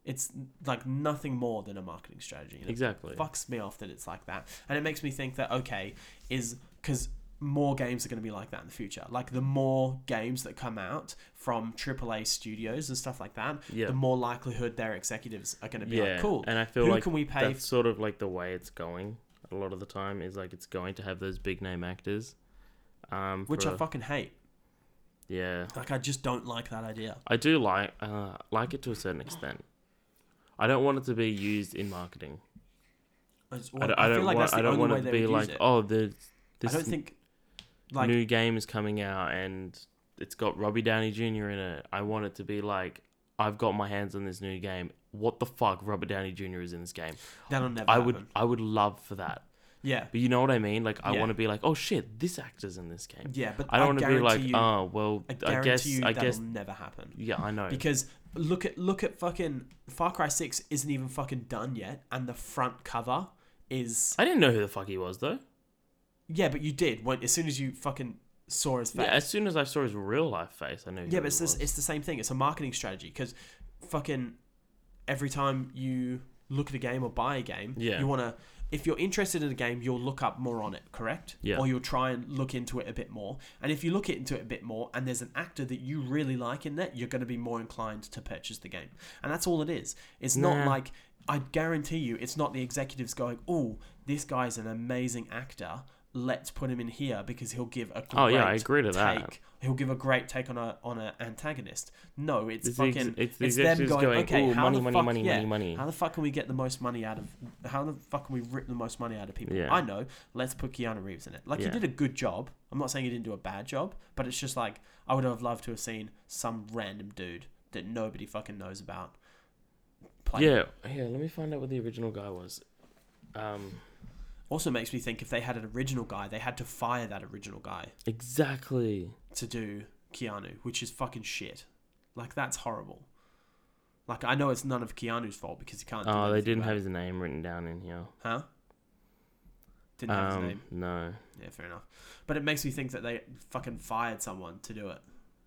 A: It's like nothing more than a marketing strategy. and it
B: exactly.
A: fucks me off that it's like that and it makes me think that okay is because more games are going to be like that in the future like the more games that come out from aaa studios and stuff like that
B: Yeah.
A: the more likelihood their executives are going to be
B: yeah,
A: like cool
B: and I feel
A: who
B: like
A: can we pay
B: that's sort of like the way it's going. a lot of the time is like it's going to have those big name actors. Um,
A: which
B: for
A: I
B: a-
A: fucking hate.
B: yeah,
A: Like I just don't like that idea.
B: I do like uh, like it to a certain extent. I don't want it to be used in marketing.
A: I, just,
B: I
A: want-
B: don't,
A: I
B: I
A: feel
B: don't
A: like
B: want.
A: that's the
B: I don't
A: only
B: want
A: way
B: it
A: they
B: to be
A: would
B: like,
A: use it.
B: oh, the
A: I
B: this
A: don't think like
B: new game is coming out and it's got Robbie Downey Jr. in it. I want it to be like, I've got my hands on this new game. What the fuck, Robert Downey Jr. is in this game?
A: that'll never.
B: I would,
A: happen.
B: I would love for that.
A: Yeah,
B: But you know what I mean? Like, I
A: Yeah.
B: want to be like, oh shit, this actor's in this game.
A: yeah, but
B: I don't want to be like,
A: guarantee you,
B: oh well,
A: I
B: I,
A: guarantee
B: guess,
A: you
B: I
A: that'll
B: guess,
A: never happen.
B: yeah, I know.
A: Because look at look at fucking Far Cry Six isn't even fucking done yet, and the front cover is
B: I didn't know who the fuck he was though.
A: yeah, but you did when as soon as you fucking saw his face.
B: Yeah, as soon as I saw his real life face, I knew. Who
A: Yeah, but
B: it
A: it's
B: was.
A: this, it's the same thing. It's a marketing strategy because fucking every time you look at a game or buy a game,
B: Yeah.
A: you want to. If you're interested in a game, you'll look up more on it, correct?
B: Yeah.
A: Or you'll try and look into it a bit more. And if you look into it a bit more, and there's an actor that you really like in that, you're going to be more inclined to purchase the game. And that's all it is. It's not
B: Nah.
A: like I guarantee you, it's not the executives going, "Oh, this guy's an amazing actor. Let's put him in here because he'll give a great
B: Oh, yeah, I agree to that.
A: take he'll give a great take on a on an antagonist. No, it's
B: It's the ex-
A: fucking
B: it's the
A: it's them
B: executives
A: going,
B: going,
A: okay,
B: "Ooh,
A: how
B: money,
A: the
B: money,
A: fuck,
B: money,
A: yeah,
B: money, money."
A: How the fuck can we get the most money out of how the fuck can we rip the most money out of people?
B: Yeah.
A: I know. Let's put Keanu Reeves in it. Like he
B: Yeah.
A: did a good job. I'm not saying he didn't do a bad job, but it's just like I would have loved to have seen some random dude that nobody fucking knows about. play.
B: yeah, yeah. Let me find out what the original guy was. Um,
A: Also makes me think if they had an original guy, they had to fire that original guy
B: exactly.
A: to do Keanu, which is fucking shit. Like that's horrible. Like I know it's none of Keanu's fault because he can't. Do
B: Oh, they
A: anything
B: didn't
A: about
B: have
A: it.
B: his name written down in here.
A: Huh? Didn't have
B: Um,
A: his name.
B: No.
A: Yeah, fair enough. But it makes me think that they fucking fired someone to do it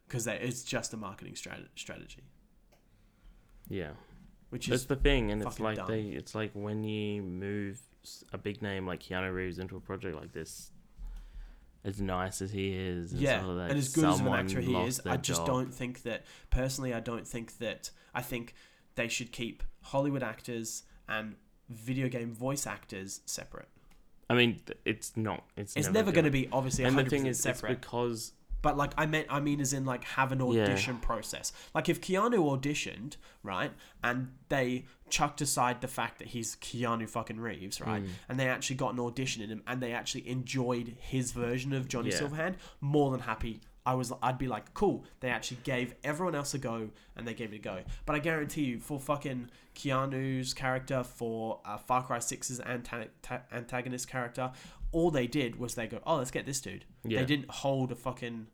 A: because it's just a marketing strat- strategy,
B: Yeah.
A: which
B: That's
A: is
B: the thing, and it's
A: fucking
B: like
A: dumb.
B: they. It's like when you move s- a big name like Keanu Reeves into a project like this. As nice as he is, and
A: yeah,
B: stuff like that,
A: and as good as an
B: someone
A: actor he
B: lost
A: is,
B: their
A: I just
B: job.
A: don't think that personally. I don't think that I think they should keep Hollywood actors and video game voice actors separate.
B: I mean, th- it's not. It's,
A: It's never going to
B: to
A: be obviously.
B: And
A: 100%
B: the thing is, it's
A: separate.
B: because
A: But like I meant, I mean, as in like have an
B: Yeah.
A: audition process. Like if Keanu auditioned, right, and they chucked aside the fact that he's Keanu fucking Reeves, right,
B: Hmm.
A: and they actually got an audition in him, and they actually enjoyed his version of Johnny
B: Yeah.
A: Silverhand, more than happy. I was, I'd be like, cool. They actually gave everyone else a go, and they gave it a go. But I guarantee you, for fucking Keanu's character, for uh, Far Cry 6's anta- ta- antagonist character, all they did was they go, oh, let's get this dude.
B: Yeah.
A: They didn't hold a fucking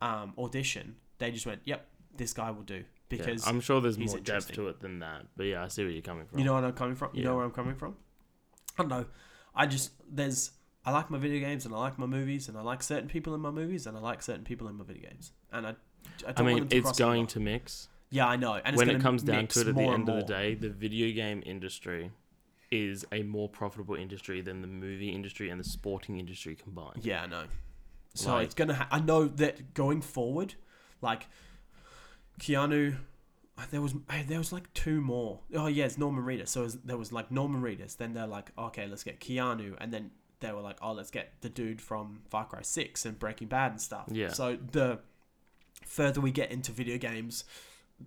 A: um, audition. They just went, yep, this guy will do
B: yeah,
A: because
B: I'm sure there's
A: he's
B: more depth
A: interesting.
B: to it than that. But yeah, I see where you're coming from.
A: you know what I'm coming from. You know
B: Yeah.
A: where I'm coming from. I don't know. I just there's I like my video games and I like my movies and I like certain people in my movies and I like certain people in my video games and I. I, don't
B: I
A: want
B: mean,
A: them to
B: it's
A: cross
B: going
A: over.
B: to mix.
A: Yeah, I know. And it's
B: when
A: gonna
B: it comes down
A: mix
B: to it at the
A: more
B: end
A: and
B: of the
A: more.
B: day, the video game industry is a more profitable industry than the movie industry and the sporting industry combined.
A: Yeah, I know. So
B: Like-
A: it's gonna. Ha- I know that going forward, like Keanu, uh, there was hey, there was like two more. Oh yeah, it's Norman Reedus. So it was, there was like Norman Reedus. Then they're like, okay, let's get Keanu, and then they were like, oh, let's get the dude from Far Cry Six and Breaking Bad and stuff.
B: Yeah.
A: So the further we get into video games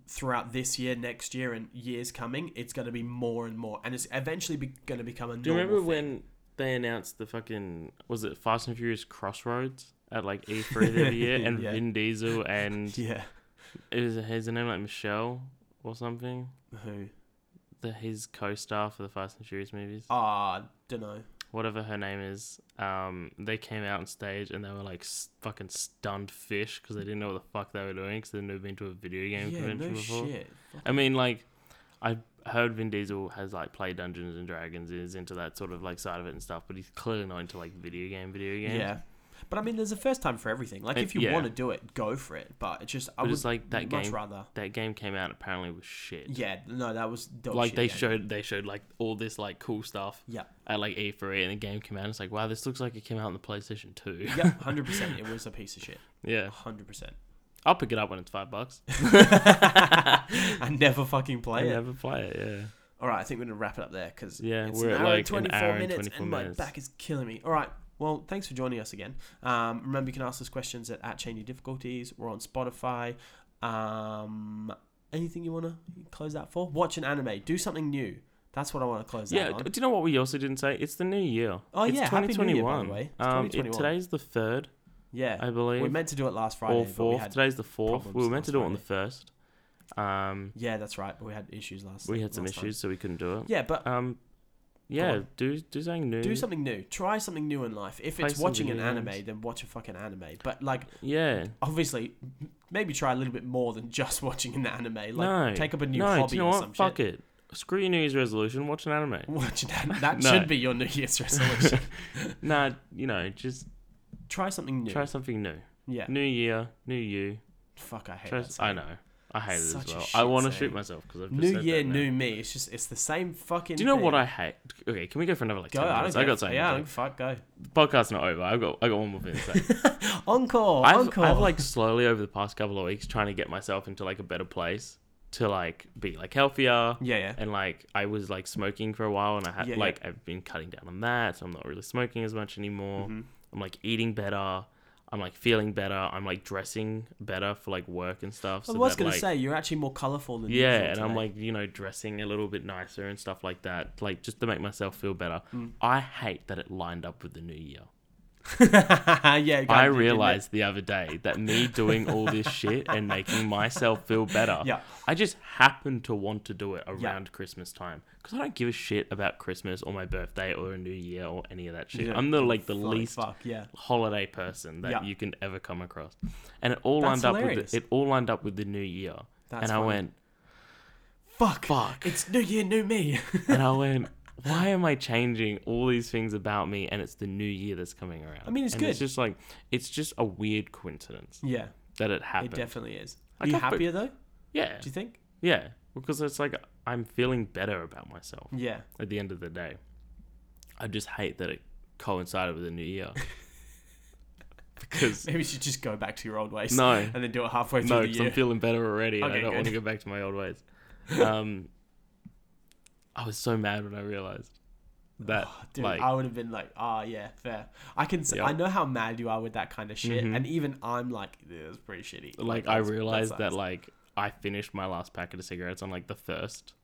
A: throughout this year, next year, and years coming, it's gonna be more and more, and it's eventually be- gonna become a.
B: Do you remember
A: normal thing.
B: when they announced the fucking was it Fast and Furious Crossroads at like E3 the other year and
A: Yeah.
B: Vin Diesel and
A: Yeah.
B: is his name like Michelle or something?
A: Who?
B: The his co-star for the Fast and Furious movies,
A: Ah, don't know.
B: whatever her name is. Um, they came out on stage and they were like s- fucking stunned fish because they didn't know what the fuck they were doing because they'd never been to a video game convention before.
A: shit.
B: I mean, like, I heard Vin Diesel has like played Dungeons and Dragons and is into that sort of like side of it and stuff, but he's clearly not into like video game, video games.
A: Yeah. But I mean, there's a first time for everything. Like,
B: And-
A: if you
B: yeah.
A: want to do it, go for it. But it's just, I
B: But
A: would
B: it's like that
A: much
B: game.
A: rather.
B: That game came out apparently was shit.
A: Yeah, no, that was dope
B: like
A: shit
B: they
A: game.
B: showed, they showed like all this like cool stuff
A: Yeah,
B: at like E3, and the game came out. And it's like, wow, this looks like it came out on the PlayStation Two.
A: yeah, hundred percent. It was a piece of shit.
B: yeah,
A: Hundred percent.
B: I'll pick it up when it's five bucks.
A: I never fucking
B: I
A: play it.
B: never play it. Yeah.
A: All right, I think we're gonna wrap it up there because
B: Yeah,
A: it's
B: we're
A: an
B: at,
A: hour and
B: like, an
A: 24
B: hour and
A: minutes,
B: 24
A: and
B: minutes.
A: my back is killing me. All right, well, thanks for joining us again. Um, remember, you can ask us questions at at Change Your Difficulties. We're on Spotify. Um, anything you wanna close out for? Watch an anime. Do something new. That's what I want to close
B: Yeah,
A: out on.
B: d- do you know what we also didn't say? It's the new year.
A: Oh,
B: it's
A: yeah, happy new year, by the way. It's
B: Um, it-
A: 2021.
B: today's the third,
A: Yeah,
B: I believe,
A: we meant to do it last Friday,
B: or
A: but we
B: fourth.
A: had
B: today's the fourth. We
A: problems
B: were meant to
A: last
B: do it on the
A: Friday.
B: first. Um,
A: yeah, that's right. But we had issues last.
B: we had some
A: last time.
B: issues, so we couldn't do it.
A: Yeah, but
B: Um, yeah,
A: on.
B: do do something new.
A: Do something new. Try something new in life. If
B: Play
A: it's
B: some
A: watching an
B: video
A: anime,
B: games.
A: then watch a fucking anime. But like,
B: Yeah.
A: obviously, m- maybe try a little bit more than just watching an anime. Like,
B: no.
A: take up a new
B: no,
A: hobby
B: do you know
A: or
B: what?
A: some
B: Fuck
A: shit.
B: it. Screw your New Year's resolution. Watch an anime.
A: Watch that. That
B: No.
A: should be your New Year's resolution.
B: nah, you know, just
A: try something new.
B: try something new.
A: yeah.
B: New year, new you.
A: Fuck, I hate
B: Try,
A: that.
B: I
A: saying.
B: know. I hate it
A: Such a
B: as well. I
A: shit
B: want to
A: saying.
B: shoot myself because I've just
A: New
B: said
A: year,
B: that now.
A: new me. It's just it's the same fucking.
B: Do you know what
A: thing.
B: I hate? Okay, can we go for another like
A: go?
B: ten
A: I
B: minutes?
A: don't
B: I,
A: care.
B: got something.
A: Yeah, I
B: to
A: don't,
B: do.
A: fuck go.
B: Podcast's not over. I got I got one more thing to say.
A: Encore,
B: I've,
A: encore.
B: I've like slowly over the past couple of weeks trying to get myself into like a better place to like be like healthier.
A: yeah, yeah.
B: And like I was like smoking for a while, and I had
A: Yeah, yeah.
B: like I've been cutting down on that, so I'm not really smoking as much anymore.
A: Mm-hmm.
B: I'm like eating better. I'm like feeling better. I'm like dressing better for like work and stuff.
A: I was
B: that,
A: gonna
B: like-
A: say you're actually more colourful than
B: yeah,
A: usual
B: and I'm
A: today.
B: like, you know, dressing a little bit nicer and stuff like that, like just to make myself feel better.
A: Mm.
B: I hate that it lined up with the new year.
A: yeah, you kinda
B: I
A: did, didn't it?
B: realized the other day that me doing all this shit and making myself feel better,
A: Yeah.
B: I just happened to want to do it around Christmas time because I don't give a shit about Christmas or my birthday or a new year or any of that shit.
A: Yeah.
B: I'm the like the
A: Bloody
B: least
A: fuck, yeah.
B: holiday person that
A: Yeah.
B: you can ever come across, and it all
A: That's
B: lined up with
A: hilarious.
B: the, it all lined up with the new year,
A: That's
B: and I
A: funny.
B: went,
A: Fuck.
B: fuck.
A: It's new year, new me.
B: and I went, why am I changing all these things about me? And it's the new year that's coming around.
A: I mean, it's
B: and It's
A: good.
B: just like it's just a weird coincidence
A: yeah,
B: that it
A: it
B: happened.
A: definitely is.
B: I
A: Are you
B: can't be-
A: happier though? Do
B: yeah,
A: you think?
B: yeah, because it's like I'm feeling better about myself
A: Yeah.
B: at the end of the day. I just hate that it coincided with the new year because
A: Maybe you should just go back to your old ways.
B: No.
A: And then do it halfway through
B: no,
A: the
B: because I'm
A: year.
B: feeling better already, and I
A: Okay,
B: don't
A: good.
B: want to go back to my old ways. Um, I was so mad when I realized that,
A: Oh, dude,
B: like,
A: I would have been like, ah, yeah, fair. I can. s I
B: Yeah.
A: I know how mad you are with that kind of shit,
B: Mhm.
A: and even I'm like, yeah, that's pretty shitty.
B: like I
A: that's-
B: realized that,
A: sucks.
B: like I finished my last packet of cigarettes on like the first,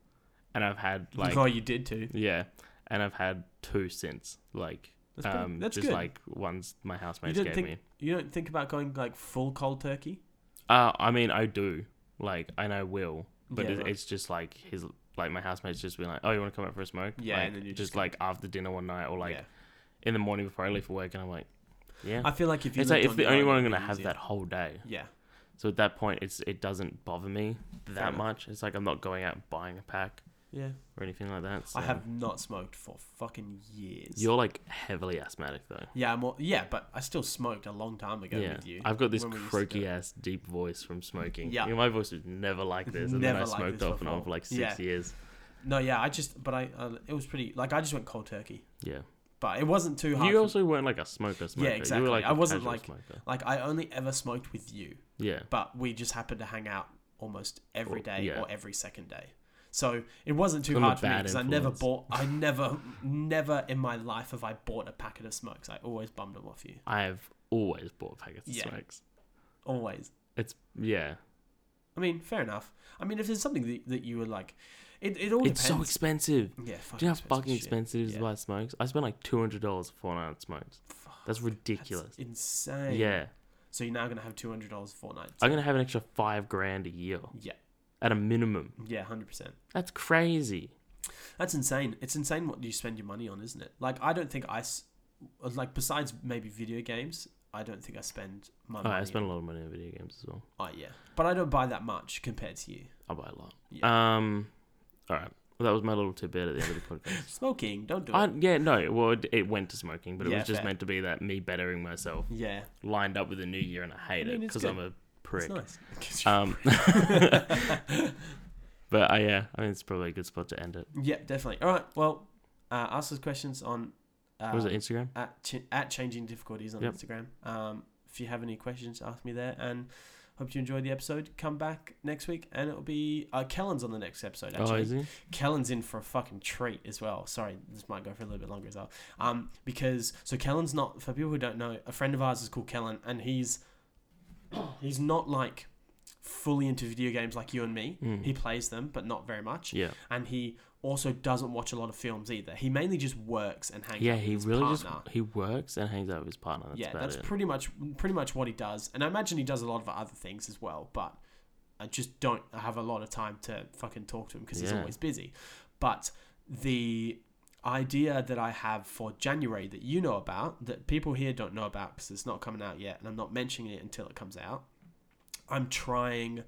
B: and I've had
A: Like,
B: like
A: oh, you did too.
B: yeah, and I've had two since like
A: That's pretty-
B: um
A: that's
B: just
A: good.
B: like ones my
A: You
B: housemates
A: don't
B: gave
A: think
B: me.
A: you don't think about going like full cold turkey?
B: Uh, I mean I do like and I will, but
A: Yeah,
B: it's,
A: right.
B: it's just like his like my housemates just been like, oh you want to come out for a smoke?
A: Yeah,
B: like,
A: and then you
B: just
A: just
B: like after dinner one night or like
A: yeah.
B: in the morning before I leave for work, and I'm like, yeah.
A: I feel like if you.
B: it's like
A: lived
B: it's
A: on
B: the
A: your
B: only
A: own,
B: one I'm
A: it'd
B: gonna
A: be
B: have
A: easier.
B: that whole day.
A: Yeah.
B: So at that point, it's it doesn't bother me
A: enough.
B: that much. It's like I'm not going out and buying a pack
A: Yeah.
B: or anything like that.
A: I
B: so-
A: have not smoked for fucking years.
B: You're like heavily asthmatic though.
A: yeah, I'm all, yeah, but I still smoked a long time ago
B: Yeah,
A: with you.
B: I've got this
A: when we used to do
B: croaky
A: it.
B: ass deep voice from smoking.
A: Yeah.
B: You know, my voice was never like this, and
A: Never
B: then I
A: like
B: smoked
A: this
B: off and on
A: before.
B: for like six
A: Yeah.
B: years.
A: No, yeah, I just but I uh, it was pretty like I just went cold turkey,
B: Yeah,
A: but it wasn't too hard.
B: you
A: for-
B: also weren't like a smoker smoker. You
A: exactly.
B: were like
A: I
B: a
A: wasn't,
B: casual
A: like-
B: smoker.
A: like I only ever smoked with you,
B: Yeah,
A: but we just happened to hang out almost every
B: Or-
A: day
B: yeah.
A: or every second day. So it wasn't too
B: I'm a
A: hard for me
B: bad
A: because I never
B: influence.
A: bought, I never, never in my life have I bought a packet of smokes. I always bummed them off you,
B: I have always bought packets of
A: Yeah.
B: smokes.
A: always.
B: It's yeah,
A: I mean, fair enough. I mean, if there's something that, that you were like, it, it all
B: it's so
A: depends.
B: expensive.
A: yeah,
B: Do you know how
A: as
B: fucking
A: shit.
B: expensive it is
A: Yeah.
B: to buy smokes? I spent like two hundred dollars for an ounce smokes.
A: Fuck,
B: That's
A: that's
B: ridiculous.
A: insane.
B: yeah,
A: So you're now gonna have two hundred dollars a fortnight.
B: I'm gonna have an extra five grand a year
A: yeah,
B: at a minimum.
A: yeah, hundred percent.
B: That's crazy.
A: That's insane. It's insane what you spend your money on, isn't it? Like I don't think I, s- like besides maybe video games, I don't think I spend my
B: Oh,
A: money.
B: I spend a lot of money on video games as well.
A: Oh yeah, but I don't buy that much compared to you.
B: I buy a lot.
A: Yeah.
B: Um, all right. Well, that was my little tidbit at the end of the podcast.
A: Smoking, don't do it.
B: I, yeah, no. Well, it, it went to smoking, but it
A: Yeah,
B: was just
A: fair.
B: meant to be that me bettering myself
A: yeah,
B: lined up with the new year, and I hate
A: I
B: it
A: mean, it's
B: because
A: good.
B: I'm a
A: it's
B: prick.
A: nice.
B: Um, but uh, yeah, I mean, it's probably a good spot to end it.
A: yeah, definitely. All right. Well, uh, ask us questions on. Uh,
B: What was it Instagram?
A: at, ch- at changing difficulties on
B: Yep.
A: Instagram. Um, if you have any questions, ask me there. And Hope you enjoyed the episode. Come back next week, and it'll be uh, Kellen's on the next episode.
B: Oh,
A: Actually,
B: is he?
A: Kellen's in for a fucking treat as well. Sorry, this might go for a little bit longer as well. Um, because so Kellen's not for people who don't know, a friend of ours is called Kellen, and he's he's not like fully into video games like you and me.
B: Mm.
A: He plays them, but not very much.
B: Yeah.
A: And he also doesn't watch a lot of films either. He mainly just works and hangs.
B: Yeah,
A: out with
B: he
A: his
B: really
A: partner.
B: just he works and hangs out with his partner. That's
A: yeah,
B: about
A: that's
B: it.
A: pretty much pretty much what he does, and I imagine he does a lot of other things as well. But I just don't have a lot of time to fucking talk to him because he's
B: Yeah.
A: always busy. But the idea that I have for January that you know about that people here don't know about because it's not coming out yet, and I'm not mentioning it until it comes out. I'm trying.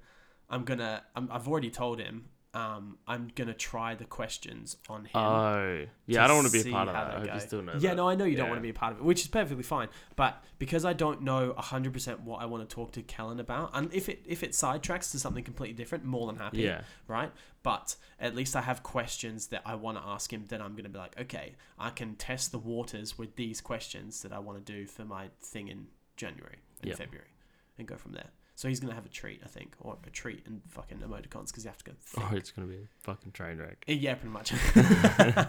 A: I'm gonna. I'm, I've already told him. Um, I'm gonna try the questions on him.
B: oh,
A: to
B: yeah. I don't want to be
A: see
B: a part of
A: how
B: that.
A: they
B: I hope you
A: go.
B: still know.
A: yeah,
B: that.
A: no, I know you don't
B: Yeah.
A: want to be a part of it, which is perfectly fine. But because I don't know 100% what I want to talk to Kellen about, and if it if it sidetracks to something completely different, more than happy,
B: Yeah,
A: right? But at least I have questions that I want to ask him that I'm going to be like, okay, I can test the waters with these questions that I want to do for my thing in January and
B: Yeah.
A: February and go from there. So he's going to have a treat, I think, or a treat and fucking emoticons because you have to go think.
B: oh, it's gonna be a fucking train wreck.
A: Uh, Yeah, pretty much.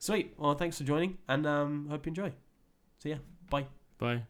A: Sweet. Well, thanks for joining, and um, hope you enjoy. See ya. Bye.
B: Bye.